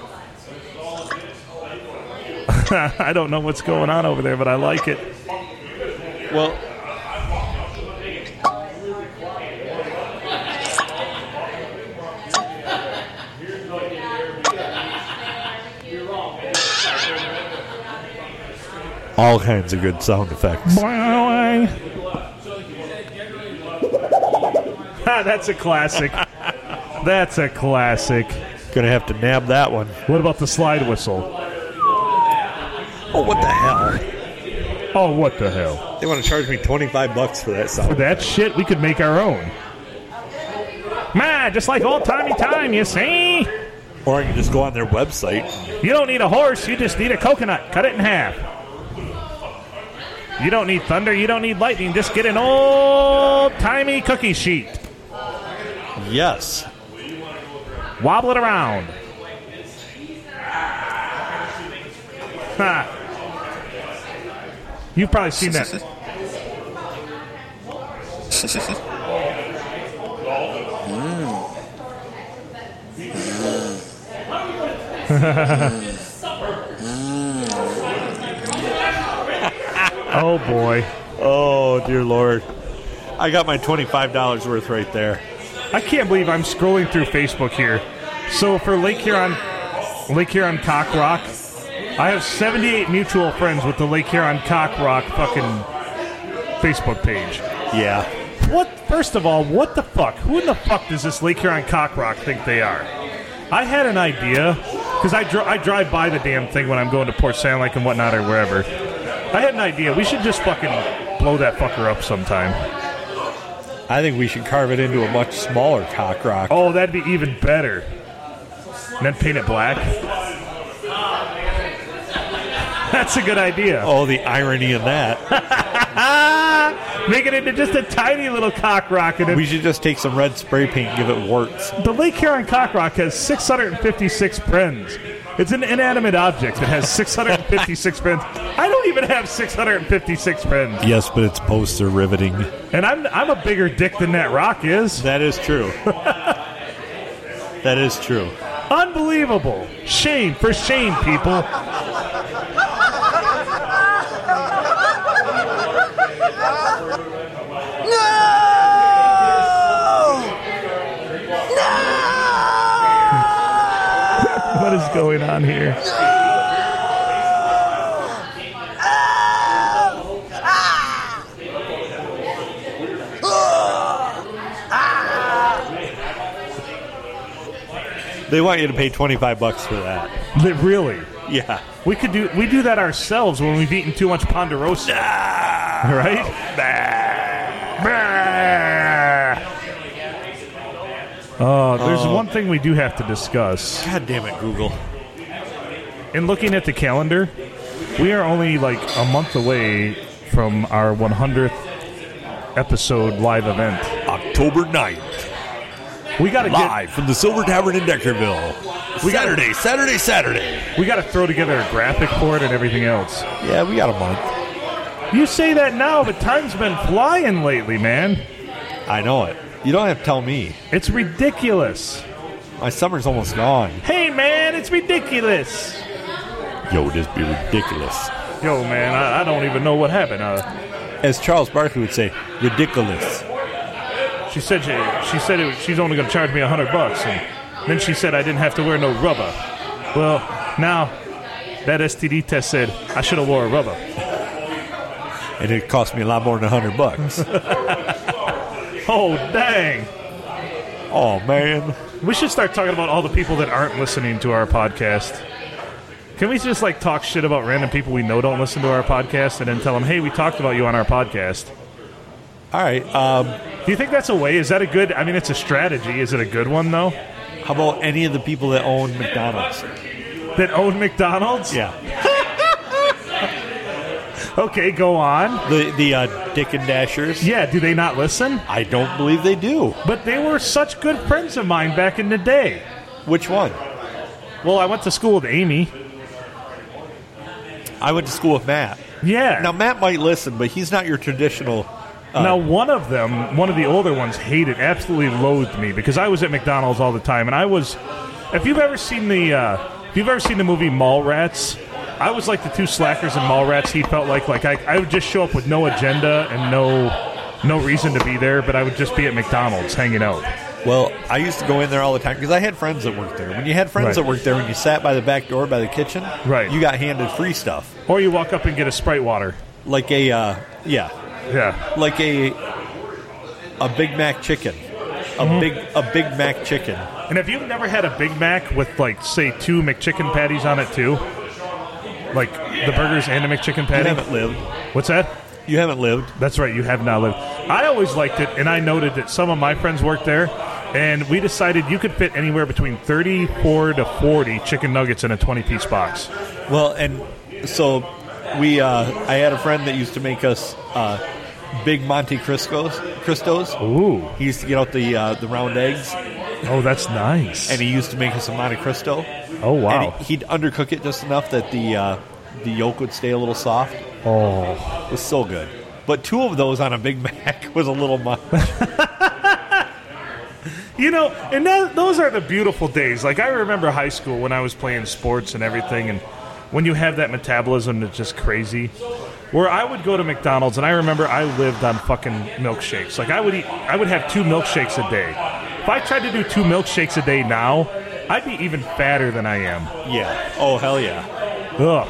[LAUGHS] I don't know what's going on over there, but I like it. Well, all kinds of good sound effects. Ah, [LAUGHS] that's a classic. That's a classic. Gonna have to nab that one. What about the slide whistle? Oh, what the hell? Oh, what the hell? They want to charge me 25 bucks for that sound. That shit, we could make our own. Man, just like old timey time, you see? Or I can just go on their website. You don't need a horse, you just need a coconut. Cut it in half. You don't need thunder, you don't need lightning, just get an old timey cookie sheet. Yes. Wobble it around. Ha. You've probably seen that. [LAUGHS] Mm. [LAUGHS] Oh boy. Oh, dear Lord. I got my $25 worth right there. I can't believe I'm scrolling through Facebook here. So for Lake Huron, Lake Huron Cock Rock, I have 78 mutual friends with the Lake Huron Cock Rock fucking Facebook page. Yeah. What? First of all, what the fuck? Who in the fuck does this Lake Huron Cock Rock think they are? I had an idea because I, dri I drive by the damn thing when I'm going to Port Sound Lake and whatnot or wherever. I had an idea. We should just fucking blow that fucker up sometime. I think we should carve it into a much smaller cock rock. Oh, that'd be even better. And then paint it black. That's a good idea. Oh, the irony in that. Ah, make it into just a tiny little cock rock and then [LAUGHS] we should just take some red spray paint and give it warts. The Lake Huron Cockrock has 656 friends. It's an inanimate object that has 656 [LAUGHS] friends. I don't even have 656 friends, Yes, but its posts are riveting. and I'm I'm a bigger dick than that rock is. That is true. [LAUGHS] that is true. Unbelievable! Shame for shame, people. What is going on here? They want you to pay 25 bucks for that. Li- Really? Yeah. We could do we do that ourselves when we've eaten too much ponderosa, Ah. right? Bah. Oh, there's one thing we do have to discuss. God damn it, Google. In looking at the calendar, we are only like a month away from our 100th episode live event. October 9th. We got to Live get. from the Silver Tavern in Deckerville. We Saturday, Saturday, Saturday. We got to throw together a graphic for it and everything else. Yeah, we got a month. You say that now, but time's been flying lately, man. I know it. You don't have to tell me. It's ridiculous. My summer's almost gone. Hey, man, it's ridiculous. Yo, this be ridiculous. Yo, man, I, I don't even know what happened. Uh, As Charles Barkley would say, ridiculous. she said she, she said it, was- she's only going to charge me a hundred bucks, and then she said I didn't have to wear no rubber. Well, now that STD test said I should have wore a rubber. And it cost me a lot more than a hundred bucks. Oh, dang. [LAUGHS] oh man. We should start talking about all the people that aren't listening to our podcast. Can we just like talk shit about random people we know don't listen to our podcast and then tell them, hey, we talked about you on our podcast? All right. Um, Do you think that's a way? Is that a good? I mean, it's a strategy. Is it a good one though? how about any of the people that own McDonald's? That own McDonald's? Yeah. Okay, go on. The the uh, Dick and Dashers. Yeah, do they not listen? I don't believe they do. But they were such good friends of mine back in the day. Which one? Well, I went to school with Amy. I went to school with Matt. Yeah. Now Matt might listen, but he's not your traditional. Now, one of them, one of the older ones, hated, absolutely loathed me because I was at McDonald's all the time, and I was. If you've ever seen the, uh, if you've ever seen the movie Mallrats, I was like the two slackers in Mallrats. He felt like like I, I would just show up with no agenda and no. No reason to be there, but I would just be at McDonald's hanging out. Well, I used to go in there all the time because I had friends that worked there. When you had friends Right. that worked there, when you sat by the back door by the kitchen, Right. you got handed free stuff, Or you walk up and get a Sprite water. like a uh, yeah, Yeah. like a a Big Mac chicken, a big a Big Mac chicken. And if you've never had a Big Mac with, like, say, two McChicken patties on it, too, like the burgers and a McChicken You patty, haven't lived. what's that? You haven't lived. That's right, you have not lived. I always liked it, and I noted that some of my friends worked there, and we decided you could fit anywhere between 34 to 40 chicken nuggets in a 20 piece box. Well, and so we. Uh, I had a friend that used to make us uh, big Monte Cristos. Cristos. Ooh. He used to get out the uh, the round eggs, Oh, that's nice. and he used to make us a Monte Cristo. oh, wow. And he- he'd undercook it just enough that the uh, the yolk would stay a little soft. oh. It was so good. But two of those on a Big [LAUGHS] Mac was a little much. You know, and that, those are the beautiful days. Like, I remember high school when I was playing sports and everything, and when you have that metabolism that's just crazy. Where I would go to McDonald's, and I remember I lived on fucking milkshakes. Like, I would eat, I would have two milkshakes a day. If I tried to do two milkshakes a day now, I'd be even fatter than I am. Yeah. Oh hell yeah. Ugh.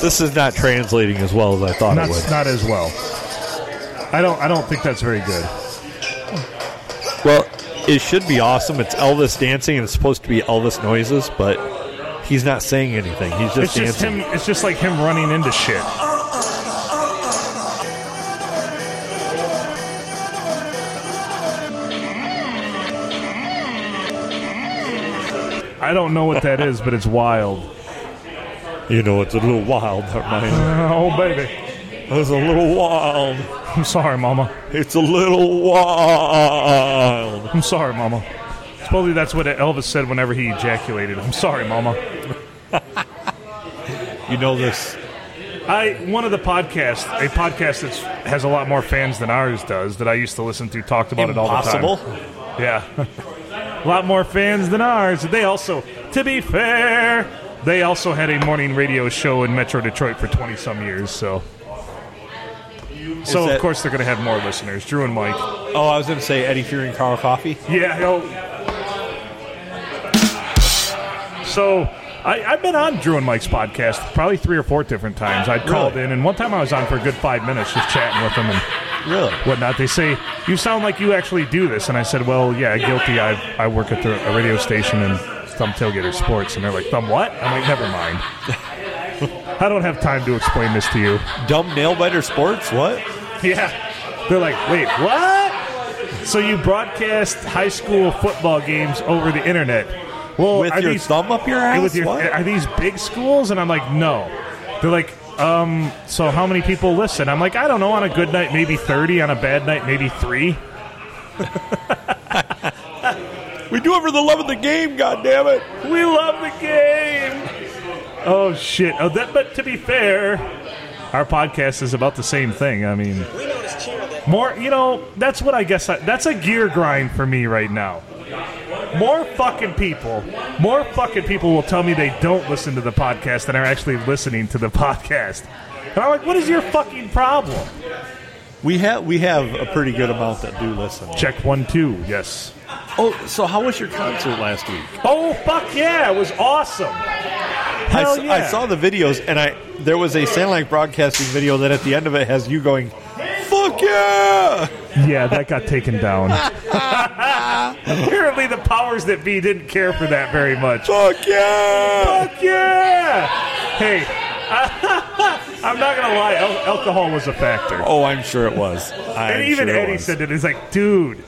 This is not translating as well as I thought Not, not as well. I don't, I don't think that's very good. Well, it should be awesome. It's Elvis dancing, and it's supposed to be Elvis noises, but he's not saying anything. He's just It's dancing. just him, it's just like him running into shit. I don't know what that is, but it's wild. [LAUGHS] You know, it's a little wild, Hermione. Oh, baby. It's a little wild. I'm sorry, Mama. It's a little wild. I'm sorry, Mama. Supposedly that's what Elvis said whenever he ejaculated. I'm sorry, Mama. You know this. I one of the podcasts, a podcast that has a lot more fans than ours does, that I used to listen to, talked about it all Impossible. the time. Yeah. [LAUGHS] a lot more fans than ours. They also, to be fair, they also had a morning radio show in Metro Detroit for 20 some years, so. So, that- of course, they're going to have more listeners. Drew and Mike. Oh, I was going to say Eddie Fury and Carl Coffee. Yeah. yo. So I, I've been on Drew and Mike's podcast probably three or four different times. I'd called Really? in, and one time I was on for a good five minutes just chatting with them and Really? whatnot. They say, You sound like you actually do this. And I said, Well, yeah, guilty. I, I work at the, a radio station and Thumb Tailgater Sports. And they're like, Thumb what? I'm like, Never mind. I don't have time to explain this [LAUGHS] to you. Dumb nail biter sports? What? Yeah. They're like, wait, what? So you broadcast high school football games over the internet. Well, With are your these- thumb up your ass? With your, What? Are these big schools? And I'm like, no. They're like, um, so how many people listen? I'm like, I don't know. On a good night, maybe 30. On a bad night, maybe three. We do it for the love of the game, God damn it! We love the game. Oh shit! Oh, that. But to be fair, our podcast is about the same thing. I mean, more. You know, that's what I guess. I, that's a gear grind for me right now. More fucking people, more fucking people will tell me they don't listen to the podcast than are actually listening to the [LAUGHS] podcast. And I'm like, what is your fucking problem? We have we have a pretty good amount that do listen. Check one, two. Yes. Oh, so how was your concert last week? Oh fuck yeah! It was awesome. I, Hell s- yeah! I saw the videos, and I there was a Sandlight Broadcasting video that at the end of it has you going, "Fuck yeah!" [LAUGHS] Yeah, that got taken down. Apparently, the powers that be didn't care for that very much. Fuck yeah! Fuck yeah! Hey, [LAUGHS] I'm not gonna lie, al- alcohol was a factor. Oh, I'm sure it was. I'm and even sure it Eddie was. said it. He's like, dude,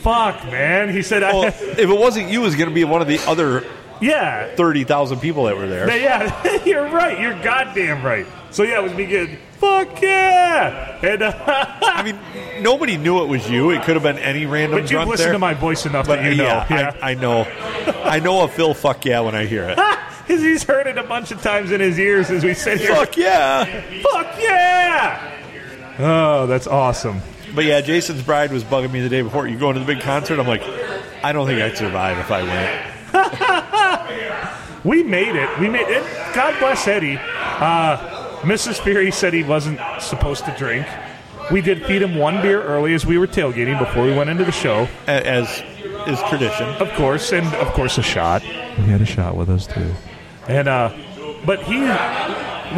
fuck, man. He [LAUGHS] said, Well, I, if it wasn't you, it was going to be one of the other [LAUGHS] yeah, thirty thousand people that were there. yeah, [LAUGHS] you're right. You're goddamn right. So yeah, it was me getting fuck yeah, and [LAUGHS] uh, I mean, nobody knew it was you. It could have been any random. but you've grunt listened there. to my voice enough but that you know. yeah, I, I know, I know a Phil fuck yeah when I hear [LAUGHS] it. Because he's heard it a bunch of times in his ears as we sit here. fuck yeah! Fuck yeah! Oh, that's awesome. But yeah, Jason's bride was bugging me the day before. You going to the big concert? I'm like, I don't think I'd survive if I went. We made it. We made it. God bless Eddie. Uh, Mrs. Fury said he wasn't supposed to drink. We did feed him one beer early as we were tailgating before we went into the show, a- As is tradition. of course, and of course a shot. He had a shot with us too. And uh, but he,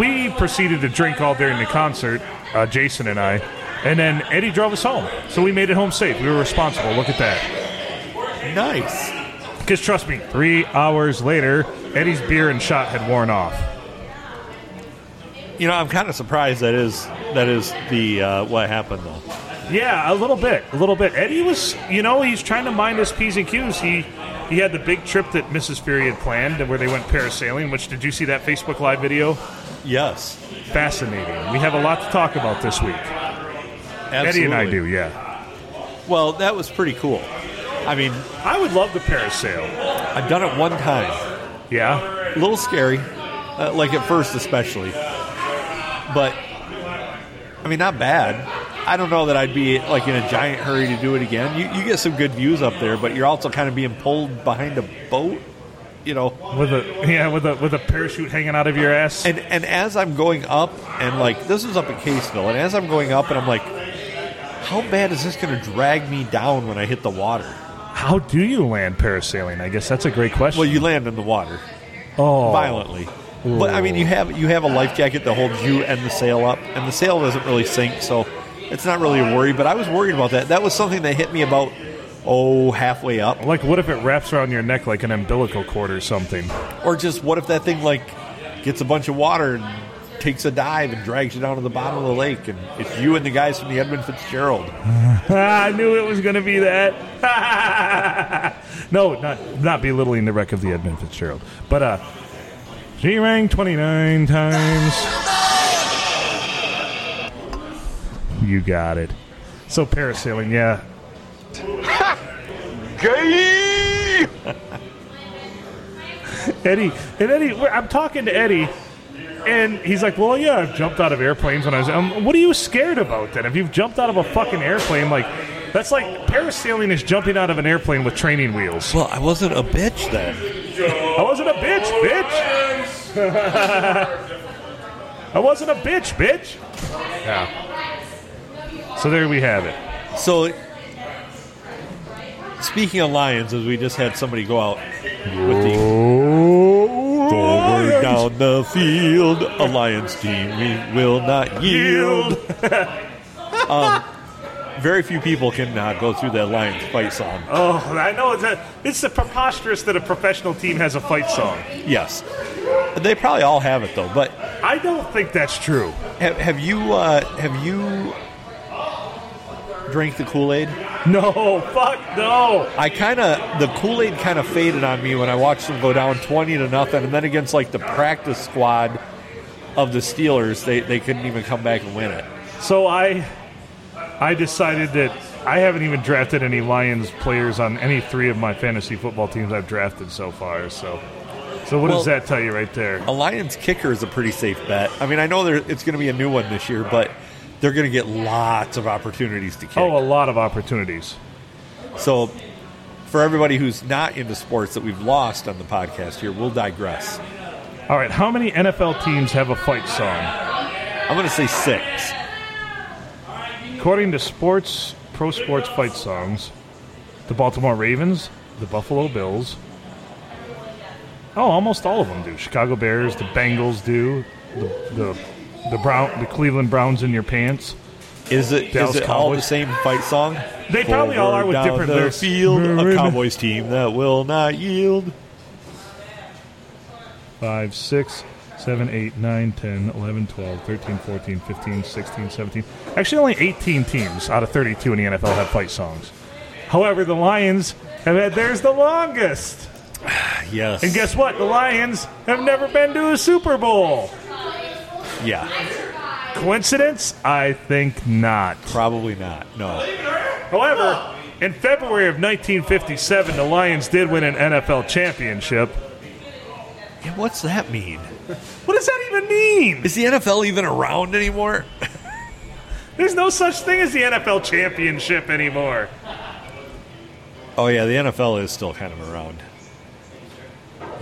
we proceeded to drink all during the concert, uh, Jason and I, and then Eddie drove us home. So we made it home safe. We were responsible. Look at that. Nice. Because trust me, three hours later, Eddie's beer and shot had worn off. You know, I'm kind of surprised that is that is the uh, what happened though. Yeah, a little bit, a little bit. Eddie was, you know, he's trying to mind his p's and q's. He he had the big trip that Mrs. Fury had planned, where they went parasailing. Which did you see that Facebook Live video? Yes, Fascinating. We have a lot to talk about this week. absolutely. Eddie and I do. Yeah, Well, that was pretty cool. I mean, I would love to parasail. I've done it one time. Yeah, A little scary, uh, like at first especially. But I mean, not bad. I don't know that I'd be like in a giant hurry to do it again. You, you get some good views up there, but you're also kind of being pulled behind a boat, you know. with a yeah with a with a parachute hanging out of your ass. And and as I'm going up, and like this was up at Caseville, and as I'm going up, and I'm like, how bad is this going to drag me down when I hit the water? How do you land parasailing? I guess that's a great question. Well, you land in the water oh, violently, but I mean, you have you have a life jacket that holds you and the sail up, and the sail doesn't really sink, so it's not really a worry. But I was worried about that. That was something that hit me about oh halfway up, Like, what if it wraps around your neck like an umbilical cord or something? or just what if that thing like gets a bunch of water and takes a dive and drags you down to the bottom of the lake, and it's you and the guys from the Edmund Fitzgerald. Ah, [LAUGHS] I knew it was going to be that. [LAUGHS] no, not not belittling the wreck of the Edmund Fitzgerald, but uh, she rang twenty nine times. You got it. So parasailing, yeah. Eddie and Eddie, we're- I'm talking to Eddie, and he's like, "Well, yeah, I've jumped out of airplanes when I was." Um, what are you scared about then? If you've jumped out of a fucking airplane, like that's like parasailing is jumping out of an airplane with training wheels. Well, I wasn't a bitch then. I wasn't a bitch, bitch. [LAUGHS] I wasn't a bitch, bitch. Yeah. So there we have it. So, speaking of lions, as we just had somebody go out with the forward Oh, down the field, a lions team we will not yield. Very few people can uh, go through that lions fight song. Oh, I know it's a, it's a preposterous that a professional team has a fight song. Yes, they probably all have it though. But I don't think that's true. have, have you uh, have you drink the Kool Aid? No, fuck no. I kind of the Kool Aid kind of faded on me when I watched them go down twenty to nothing, and then against like the practice squad of the Steelers, they they couldn't even come back and win it. So I, I decided that I haven't even drafted any Lions players on any three of my fantasy football teams I've drafted so far. So, so what Well- does that tell you right there? A Lions kicker is a pretty safe bet. I mean, I know there it's going to be a new one this year, but they're going to get lots of opportunities to kick. Oh, a lot of opportunities. So, for everybody who's not into sports that we've lost on the podcast here, we'll digress. All right, how many NFL teams have a fight song? I'm going to say six. According to Sports Pro Sports Fight Songs, the Baltimore Ravens, the Buffalo Bills. Oh, almost all of them do. Chicago Bears, the Bengals do. The the, the Brown, the Cleveland Browns in your pants. Is it, is Dallas it all the Cowboys. same fight song? They probably all are with down different the lyrics. Field, a Maroon. Cowboys team that will not yield. Five, six, seven, eight, nine, 10, 11, 12, 13, 14, 15, 16, 17. Actually, only 18 teams out of 32 in the NFL have fight songs. However, the Lions have had theirs the longest. Yes. And guess what? The Lions have never been to a Super Bowl. yeah, Coincidence? I think not. probably not. No. However, in February of 1957, the Lions did win an NFL championship. And what's that mean? What does that even mean? Is the NFL even around anymore? There's no such thing as the NFL championship anymore. Oh yeah, the NFL is still kind of around,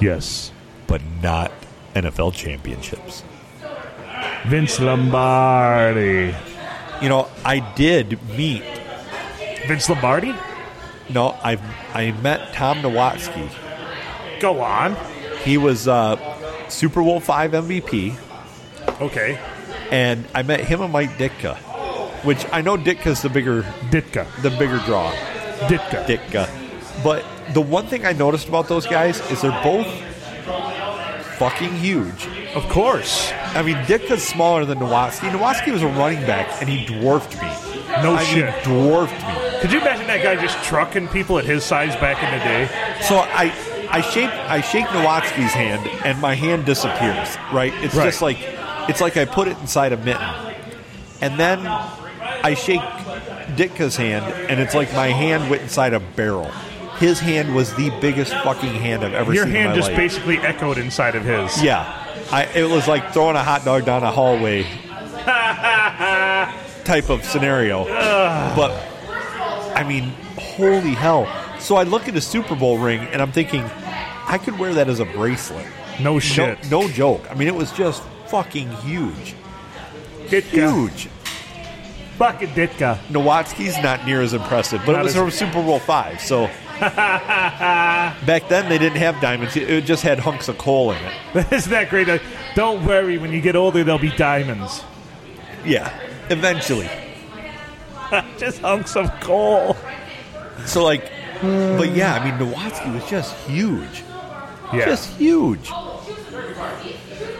Yes. but not NFL championships. Vince Lombardi. You know, I did meet. Vince Lombardi? No, I I met Tom Nowatzki. Go on. He was uh, Super Bowl five MVP, Okay. and I met him and Mike Ditka, which I know Ditka's the bigger Ditka. the bigger draw, Ditka. Ditka. But the one thing I noticed about those guys is they're both fucking huge. Of course. I mean, Ditka's smaller than Nowatzki. Nowatzki was a running back, and he dwarfed me. No I mean, shit. dwarfed me. Could you imagine that guy just trucking people at his size back in the day? So I, I shake, I shake Nowatzki's hand, and my hand disappears. Right? It's Right. just like, it's like I put it inside a mitten, and then I shake Ditka's hand, and it's like my hand went inside a barrel. His hand was the biggest fucking hand I've ever Your seen. in hand my just life. basically echoed inside of his. yeah. I, it was like throwing a hot dog down a hallway type of scenario. But I mean, holy hell. So I look at his Super Bowl ring and I'm thinking, I could wear that as a bracelet. [LAUGHS] no No, shit. no joke. I mean, it was just fucking huge. Ditka. Huge. Fucking Ditka. [LAUGHS] Nowatzki's not near as impressive, but Not it was as- from Super Bowl five. So back then they didn't have diamonds; it it just had hunks of coal in it. Isn't that great? Uh, Don't worry, when you get older, there'll be diamonds. [LAUGHS] Yeah, eventually. Just hunks of coal. So like, but yeah, I mean, Nowatzki was just huge, Yeah. just huge.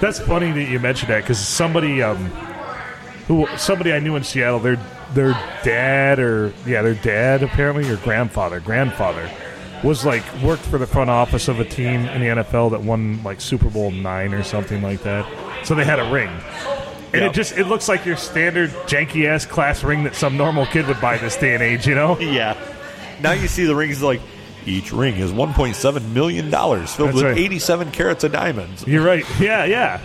That's funny that you mentioned that because somebody, um, who somebody I knew in Seattle, their their dad or yeah, their dad apparently or grandfather, grandfather was like worked for the front office of a team in the NFL that won like Super Bowl nine or something like that. So they had a ring, and Yep. it just it looks like your standard janky ass class ring that some normal kid would buy this day and age, you know? Yeah. Now you see the rings like each ring is 1.7 million dollars, filled That's with right. 87 carats of diamonds. You're right. Yeah, yeah.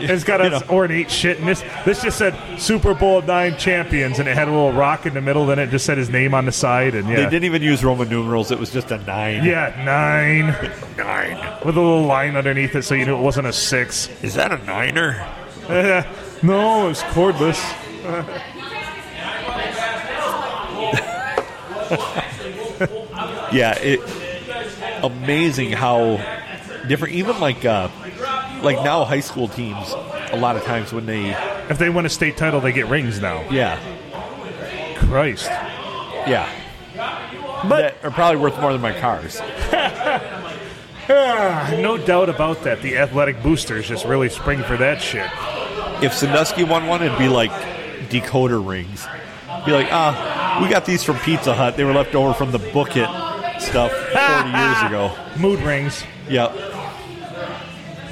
It's got You its know. ornate shit, and this this just said Super Bowl nine champions, and it had a little rock in the middle. Then it just said his name on the side, and They yeah, didn't even use Roman numerals; it was just a nine. yeah, nine Nine. with a little line underneath it, so you knew it wasn't a six. [LAUGHS] Is that a niner? Eh, no, it's cordless. Yeah. It amazing how different. Even like uh, like now high school teams. A lot of times when they If they win a state title, they get rings now. yeah Christ, yeah. But that are probably worth more than my cars. Ah, no doubt about that. The athletic boosters just really spring for that shit. if Sandusky won one, it'd be like decoder rings. Be like, ah, We got these from Pizza Hut. They were left over from the Book It stuff [LAUGHS] 40 years ago. Mood rings. Yep.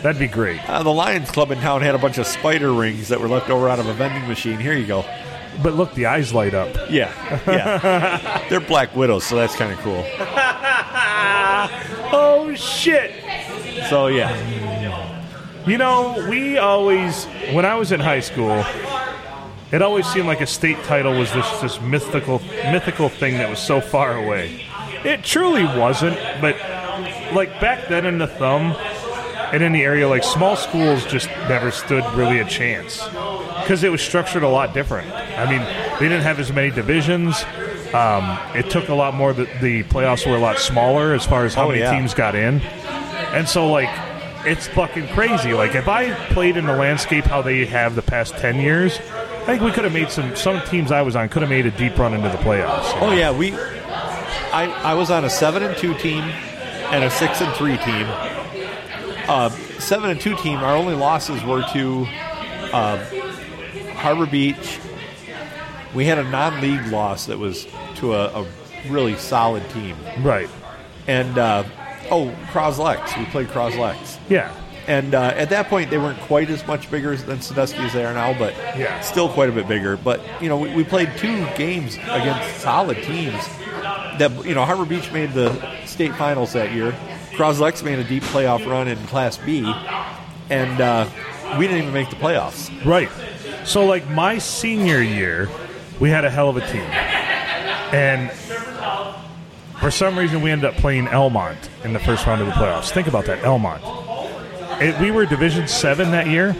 That'd be great. Uh, the Lions Club in town had a bunch of spider rings that were left over out of a vending machine. Here you go. But look, the eyes light up. [LAUGHS] Yeah, yeah. They're Black Widows, so that's kind of cool. Oh shit! So, yeah. You know, we always, when I was in high school, it always seemed like a state title was this this mythical mythical thing that was so far away. It truly wasn't, but like back then in the thumb and in the area, like small schools just never stood really a chance because it was structured a lot different. I mean, they didn't have as many divisions. Um, it took a lot more. The, the playoffs were a lot smaller as far as how Oh, many yeah. teams got in. And so, like, it's fucking crazy. Like, if I played in the landscape how they have the past 10 years, I think we could have made some, some teams I was on could have made a deep run into the playoffs. Oh, yeah. We. I, I was on a 7 and 2 team and a 6 and 3 team. Uh, 7 and 2 team, our only losses were to uh, Harbor Beach. We had a non league loss that was to a, a really solid team. Right. And, uh, oh, Croslex. We played Croslex. Yeah. And uh, at that point, they weren't quite as much bigger than Sandusky as they are now, but Yeah. still quite a bit bigger. But you know, we, we played two games against solid teams. That you know, Harbor Beach made the state finals that year. Croslex made a deep playoff run in Class B, and uh, we didn't even make the playoffs. Right. So, like, my senior year, we had a hell of a team. And for some reason, we ended up playing Elmont in the first round of the playoffs. Think about that, Elmont. It, we were Division 7 that year,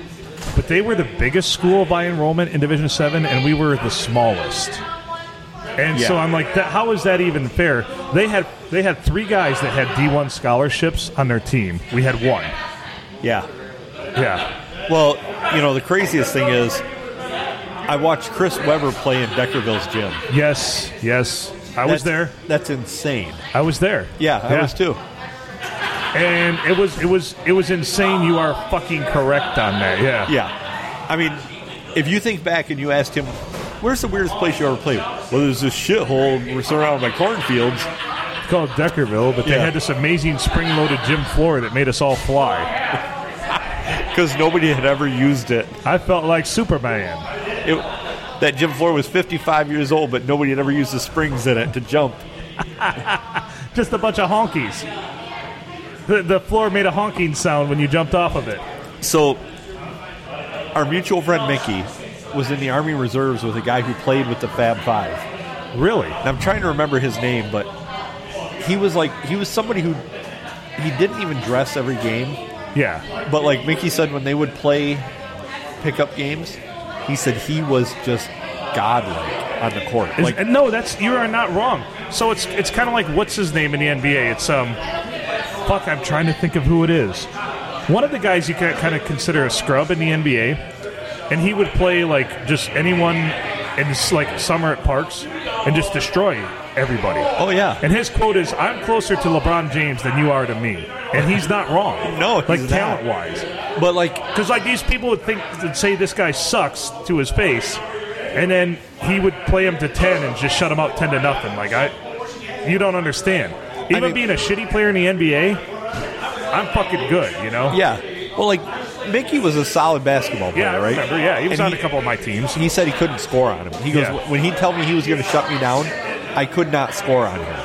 but they were the biggest school by enrollment in Division 7, and we were the smallest. And so Yeah. I'm like, that, how is that even fair? They had they had three guys that had D1 scholarships on their team. We had one. Yeah. Yeah. Well, you know, the craziest thing is, I watched Chris Webber play in Deckerville's gym. Yes. Yes. I That's- was there. That's insane. I was there. Yeah, I was too. And it was it was it was insane. You are fucking correct on that. Yeah. Yeah. I mean, if you think back and you asked him, where's the weirdest place you ever played? Well, there's this shithole and we're surrounded by cornfields. It's called Deckerville, but they Yeah. had this amazing spring-loaded gym floor that made us all fly. Because nobody had ever used it. I felt like Superman. it. That gym floor was 55 years old, but nobody had ever used the springs in it to jump. Just a bunch of honkies. The, the floor made a honking sound when you jumped off of it. So, our mutual friend Mickey was in the Army Reserves with a guy who played with the Fab Five. Really? And I'm trying to remember his name, but he was like, he was somebody who, he didn't even dress every game. Yeah. But like Mickey said, when they would play pickup games, he said he was just godlike on the court. Is- Like, and no, that's you are not wrong. So it's it's kind of like what's his name in the NBA? It's um, fuck, I'm trying to think of who it is. One of the guys you can kind of consider a scrub in the NBA, and he would play like just anyone in s- like summer at parks and just destroy everybody. oh yeah, And his quote is, "I'm closer to LeBron James than you are to me," and he's not wrong. No, he's like not. talent wise. but like Because like these people would think would say this guy sucks to his face, and then he would play him to ten and just shut him up ten to nothing. Like I, you don't understand. Even mean- being a shitty player in the NBA, I'm fucking good. You know. yeah, well like Mickey was a solid basketball player, Yeah, I right? remember. Yeah, he was And on a couple of my teams. He said he couldn't score on him. He goes, Yeah. when he told me he was going to shut me down, I could not score on him.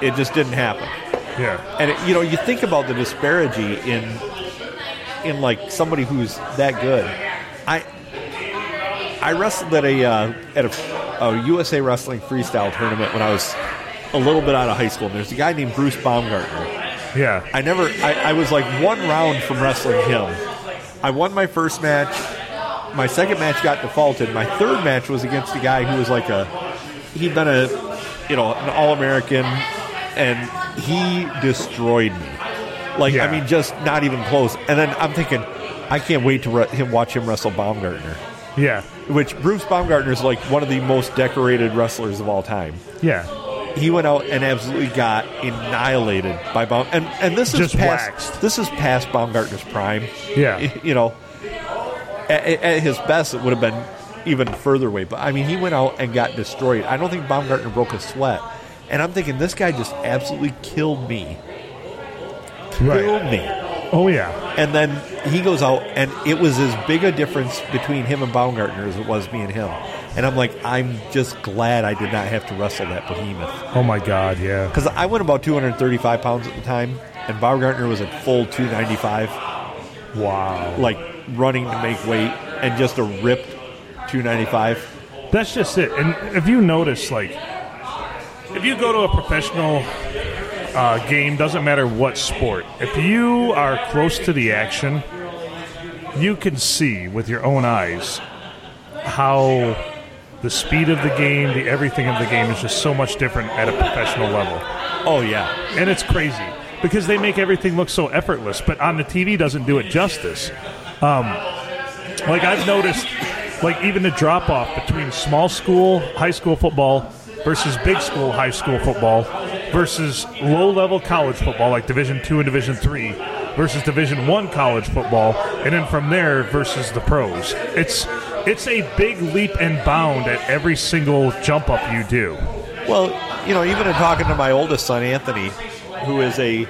It just didn't happen. Yeah. And it, you know, you think about the disparity in in like somebody who's that good. I I wrestled at a uh, at a, a USA Wrestling freestyle tournament when I was a little bit out of high school. And there's a guy named Bruce Baumgartner. Yeah. I never. I, I was like one round from wrestling him. I won my first match. My second match got defaulted. My third match was against a guy who was like a. He'd been a, you know, an all American, and he destroyed me. Like Yeah. I mean, just not even close. And then I'm thinking, I can't wait to re- him watch him wrestle Baumgartner, Yeah. which Bruce Baumgartner is like one of the most decorated wrestlers of all time. Yeah. He went out and absolutely got annihilated by Baum. And and this is Just past waxed. this is past [LAUGHS] Baumgartner's prime. Yeah. Y- you know, at, at his best, it would have been even further away. But I mean, he went out and got destroyed. I don't think Baumgartner broke a sweat. And I'm thinking this guy just absolutely killed me, killed me. Oh yeah. And then he goes out, and it was as big a difference between him and Baumgartner as it was me and him. And I'm like, I'm just glad I did not have to wrestle that behemoth. Oh my God. Yeah. Because I went about 235 pounds at the time, and Baumgartner was at full 295, Wow. like running to make weight, and just a ripped 295. That's just it. And if you notice, like, if you go to a professional uh, game, doesn't matter what sport, if you are close to the action, you can see with your own eyes how the speed of the game, the everything of the game is just so much different at a professional level. Oh, yeah. And it's crazy because they make everything look so effortless, but on the TV doesn't do it justice. Um, like I've noticed, like even the drop off between small school high school football versus big school high school football versus low level college football, like Division two and Division three versus Division one college football, and then from there versus the pros. It's it's a big leap and bound at every single jump up you do. Well, you know, even in talking to my oldest son, Anthony, who is a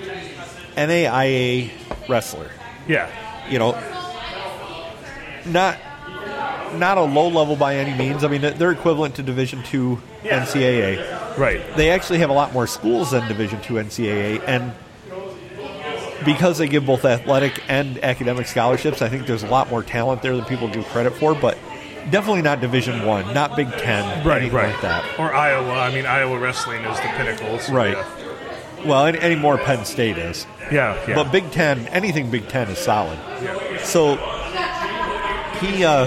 NAIA wrestler. Yeah, you know, not not a low level by any means. I mean, they're equivalent to Division two Yeah. NCAA. right. They actually have a lot more schools than Division two NCAA, and because they give both athletic and academic scholarships, I think there's a lot more talent there than people give credit for. But definitely not Division one, not Big Ten, Right, anything right. like that. Or Iowa. I mean, Iowa wrestling is the pinnacle. so Right. Yeah. Well, any, any more Penn State is. Yeah. yeah. But Big Ten, anything Big Ten is solid. So he, uh,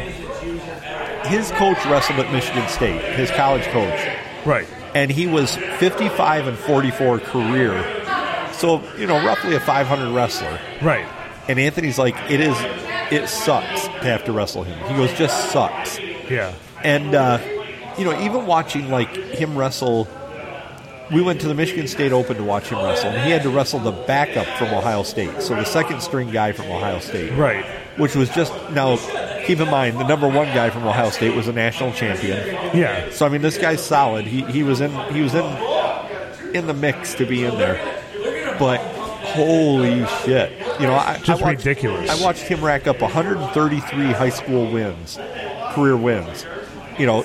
his coach wrestled at Michigan State, his college coach, right. and he was 55 and 44 career. So you know, roughly a 500 wrestler. Right. And Anthony's like, it is, it sucks to have to wrestle him. He goes, just sucks. Yeah. And uh, you know, even watching like him wrestle, we went to the Michigan State Open to watch him wrestle, and he had to wrestle the backup from Ohio State, so the second string guy from Ohio State, Right. Which was just now. Keep in mind, the number one guy from Ohio State was a national champion. Yeah. So I mean, this guy's solid. He he was in he was in in the mix to be in there, but holy shit! You know, I, Just I watched, ridiculous. I watched him rack up 133 high school wins, career wins. You know,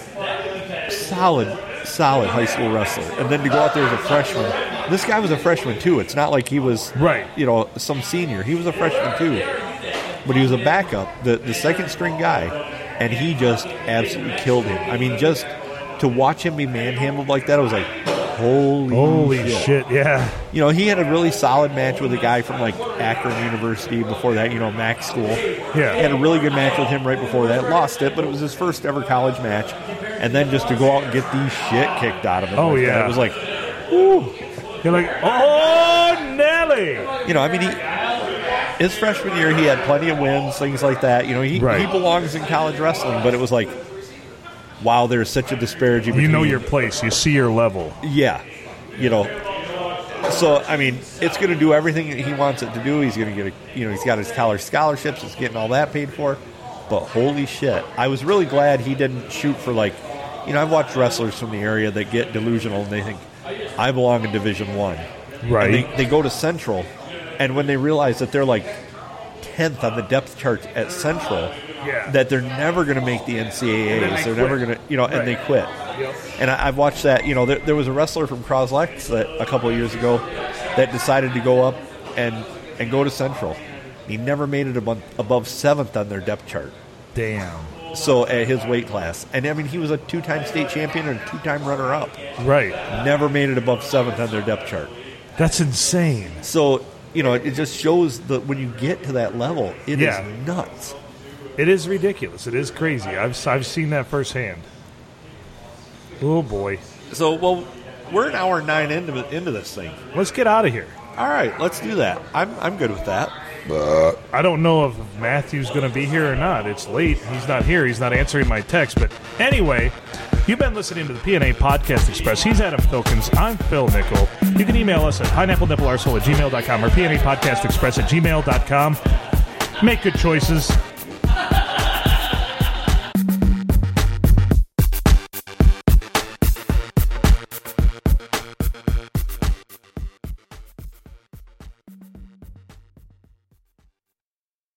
solid, solid high school wrestler, and then to go out there as a freshman. This guy was a freshman too. It's not like he was Right. You know, some senior. He was a freshman too, but he was a backup, the the second string guy, and he just absolutely killed him. I mean, just to watch him be manhandled like that, I was like, holy, Holy shit. Yeah. You know, he had a really solid match with a guy from like Akron University before that. You know, Mac School. Yeah. He had a really good match with him right before that. Lost it, but it was his first ever college match. And then just to go out and get the shit kicked out of him. Oh, like that, yeah. it was like You're like, oh Nelly. you know, I mean, he, his freshman year, he had plenty of wins, things like that. You know, he, Right. he belongs in college wrestling, but it was like, wow, there's such a disparity. You between- know your place. You see your level. yeah, you know. So I mean, it's going to do everything that he wants it to do. He's going to get, a, you know, he's got his college scholarships. He's getting all that paid for. But holy shit, I was really glad he didn't shoot for like, you know, I've watched wrestlers from the area that get delusional and they think I belong in Division One. Right. And they, they go to Central, and when they realize that they're like tenth on the depth chart at Central, Yeah. that they're never going to make the NCAAs. And then they They are never quit. going to, you know, Right. and they quit. Yep. And I, I've watched that. You know, there, there was a wrestler from Croslex that a couple of years ago that decided to go up and and go to Central. He never made it above, above seventh on their depth chart. Damn. So at his weight class, and I mean, he was a two-time state champion and two-time runner-up. Right. Never made it above seventh on their depth chart. That's insane. So you know, it just shows that when you get to that level, it is Yeah. nuts. It is ridiculous. It is crazy. I've I've seen that firsthand. Oh boy. So well, we're an hour nine into into this thing. Let's get out of here. All right, let's do that. I'm I'm good with that. I don't know if Matthew's going to be here or not. It's late. He's not here. He's not answering my text. But anyway, you've been listening to the PNA Podcast Express. He's Adam Filkins. I'm Phil Nickel. You can email us at pineapplenipplearsehole at gmail.com or PNA Podcast Express at gmail.com. Make good choices.